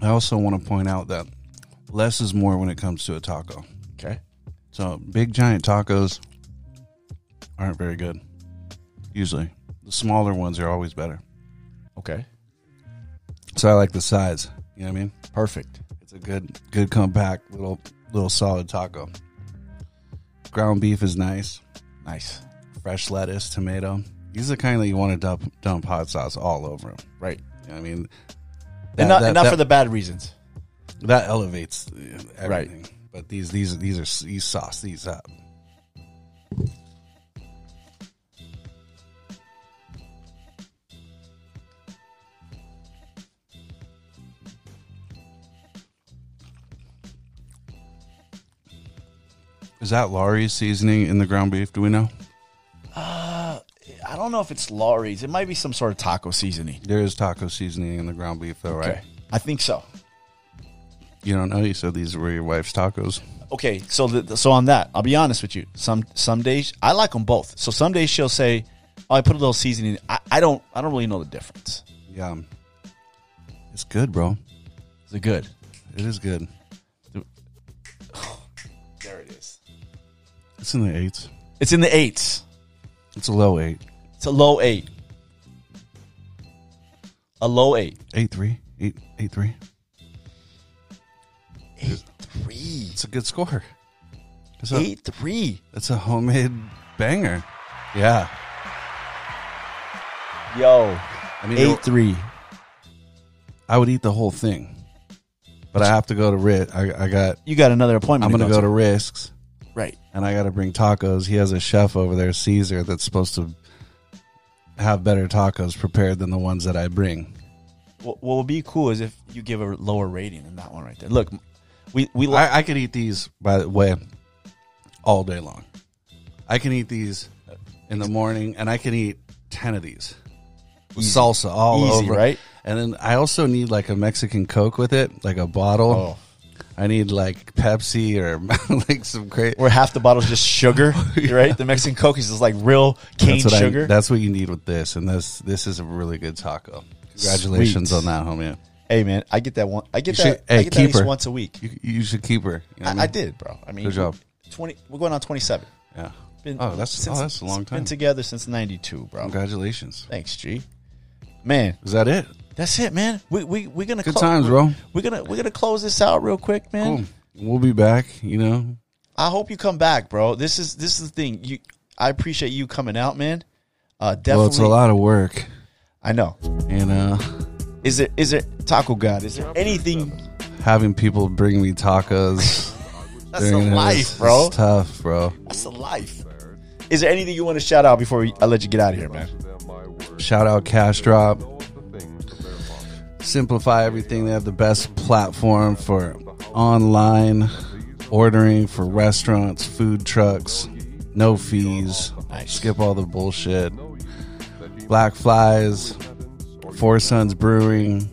Speaker 2: I also want to point out that less is more when it comes to a taco.
Speaker 3: Okay.
Speaker 2: So big giant tacos aren't very good. Usually, the smaller ones are always better.
Speaker 3: Okay.
Speaker 2: So I like the size. You know what I mean?
Speaker 3: Perfect.
Speaker 2: It's a good, good compact little, little solid taco. Ground beef is nice.
Speaker 3: Nice.
Speaker 2: Fresh lettuce, tomato. These are the kind that you want to dump, dump hot sauce all over them.
Speaker 3: Right.
Speaker 2: You know what I mean? That-
Speaker 3: and not,
Speaker 2: that-
Speaker 3: and not
Speaker 2: that-
Speaker 3: for the bad reasons.
Speaker 2: that elevates uh, everything. But these these these are these sauce these uh, up. Is that Laurie's seasoning in the ground beef? Do we know?
Speaker 3: I don't know if it's Laurie's. It might be some sort of taco seasoning.
Speaker 2: There is taco seasoning in the ground beef, though, right?
Speaker 3: I think so.
Speaker 2: You don't know? You said these were your wife's tacos.
Speaker 3: Okay, so the, so on that, I'll be honest with you. Some some days I like them both. So some days she'll say, "Oh, I put a little seasoning." I, I don't I don't really know the difference.
Speaker 2: Yeah. It's good, bro.
Speaker 3: Is it good?
Speaker 2: It is good.
Speaker 3: There it is.
Speaker 2: It's in the eights.
Speaker 3: It's in the eights.
Speaker 2: It's a low eight.
Speaker 3: It's a low eight. A low eight.
Speaker 2: Eight three. Eight eight three.
Speaker 3: Eight three.
Speaker 2: It's a good score. It's a,
Speaker 3: Eight three.
Speaker 2: It's a homemade banger. Yeah.
Speaker 3: Yo.
Speaker 2: I mean,
Speaker 3: Eight three.
Speaker 2: I would eat the whole thing, but I have to go to Rit. I, I got.
Speaker 3: You got another appointment.
Speaker 2: I'm gonna go to Risks,
Speaker 3: right.
Speaker 2: and I got to bring tacos. He has a chef over there, Caesar, that's supposed to have better tacos prepared than the ones that I bring.
Speaker 3: What, what would be cool is if you give a lower rating than that one right there. Look, we we like
Speaker 2: I, I could eat these, by the way, all day long. I can eat these in the morning, and I can eat ten of these with salsa all
Speaker 3: Easy,
Speaker 2: over,
Speaker 3: right?
Speaker 2: And then I also need like a Mexican Coke with it, like a bottle.
Speaker 3: Oh.
Speaker 2: I need like Pepsi or like some crazy.
Speaker 3: where half the bottle's just sugar, right? The Mexican Coke is just like real cane
Speaker 2: That's what
Speaker 3: sugar.
Speaker 2: I, that's what you need with this, and this this is a really good taco. Congratulations
Speaker 3: Sweet.
Speaker 2: on that, homie.
Speaker 3: hey man, I get that one. I get
Speaker 2: You
Speaker 3: that.
Speaker 2: should- hey,
Speaker 3: I get that at
Speaker 2: keep
Speaker 3: least
Speaker 2: her.
Speaker 3: once a week.
Speaker 2: You, you should keep her. you know what
Speaker 3: I, I did, bro. I mean,
Speaker 2: Good job.
Speaker 3: Twenty. We're going on twenty-seven.
Speaker 2: Yeah.
Speaker 3: Been-
Speaker 2: oh, that's
Speaker 3: since-
Speaker 2: oh, that's a long time.
Speaker 3: Been together since '92, bro.
Speaker 2: Congratulations.
Speaker 3: Thanks, G. Man,
Speaker 2: Is that it?
Speaker 3: that's it, man. We we we're gonna
Speaker 2: Good
Speaker 3: clo-
Speaker 2: times, bro.
Speaker 3: We're gonna we're gonna close this out real quick, man.
Speaker 2: Cool. We'll be back. You know,
Speaker 3: I hope you come back, bro. This is this is the thing. You, I appreciate you coming out, man. Uh, definitely.
Speaker 2: well, it's a lot of work,
Speaker 3: I know.
Speaker 2: and uh,
Speaker 3: Is there is there Taco God? Is there anything?
Speaker 2: having people bring me tacos.
Speaker 3: That's the
Speaker 2: during this
Speaker 3: life, bro.
Speaker 2: is tough, bro.
Speaker 3: That's the life. Is there anything you want to shout out before we- I let you get out of here, man?
Speaker 2: Shout out Cash Drop. Simplify everything. They have the best platform for online ordering for restaurants, food trucks, no fees.
Speaker 3: Nice.
Speaker 2: Skip all the bullshit. Black Flies, Four Sons Brewing,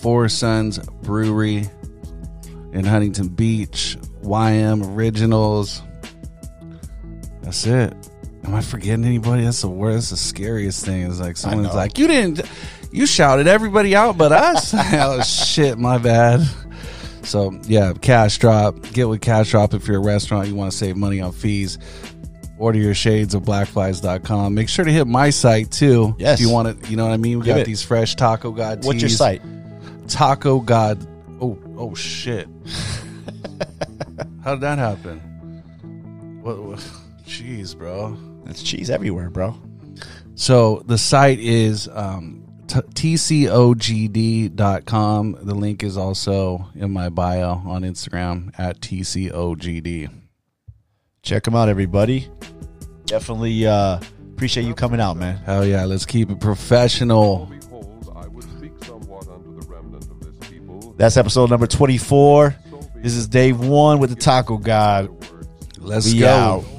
Speaker 2: Four Sons Brewery in Huntington Beach, YM Originals. That's it. Am I forgetting anybody? That's the worst, the scariest thing. Is like someone's
Speaker 3: know.
Speaker 2: like, you didn't, you shouted everybody out but us. oh shit, my bad. So yeah, Cash Drop. Get with Cash Drop if you're a restaurant. You want to save money on fees. Order your shades of blackflies.com. Make sure to hit my site too.
Speaker 3: Yes.
Speaker 2: If you want to, you know what I mean? We
Speaker 3: Give
Speaker 2: got
Speaker 3: it.
Speaker 2: these fresh Taco God teas.
Speaker 3: What's your site?
Speaker 2: Taco God. Oh, oh shit. How did that happen? What? what jeez, bro.
Speaker 3: It's cheese everywhere, bro.
Speaker 2: So the site is um, t- tcogd.com. The link is also in my bio on Instagram at tcogd.
Speaker 3: Check them out, everybody. Definitely uh, appreciate you coming out, man.
Speaker 2: Hell yeah, let's keep it professional.
Speaker 4: Behold, I would speak somewhat unto the remnant of this people.
Speaker 3: That's episode number 24. This is Dave One with the Taco God.
Speaker 2: Let's
Speaker 3: We
Speaker 2: go.
Speaker 3: out.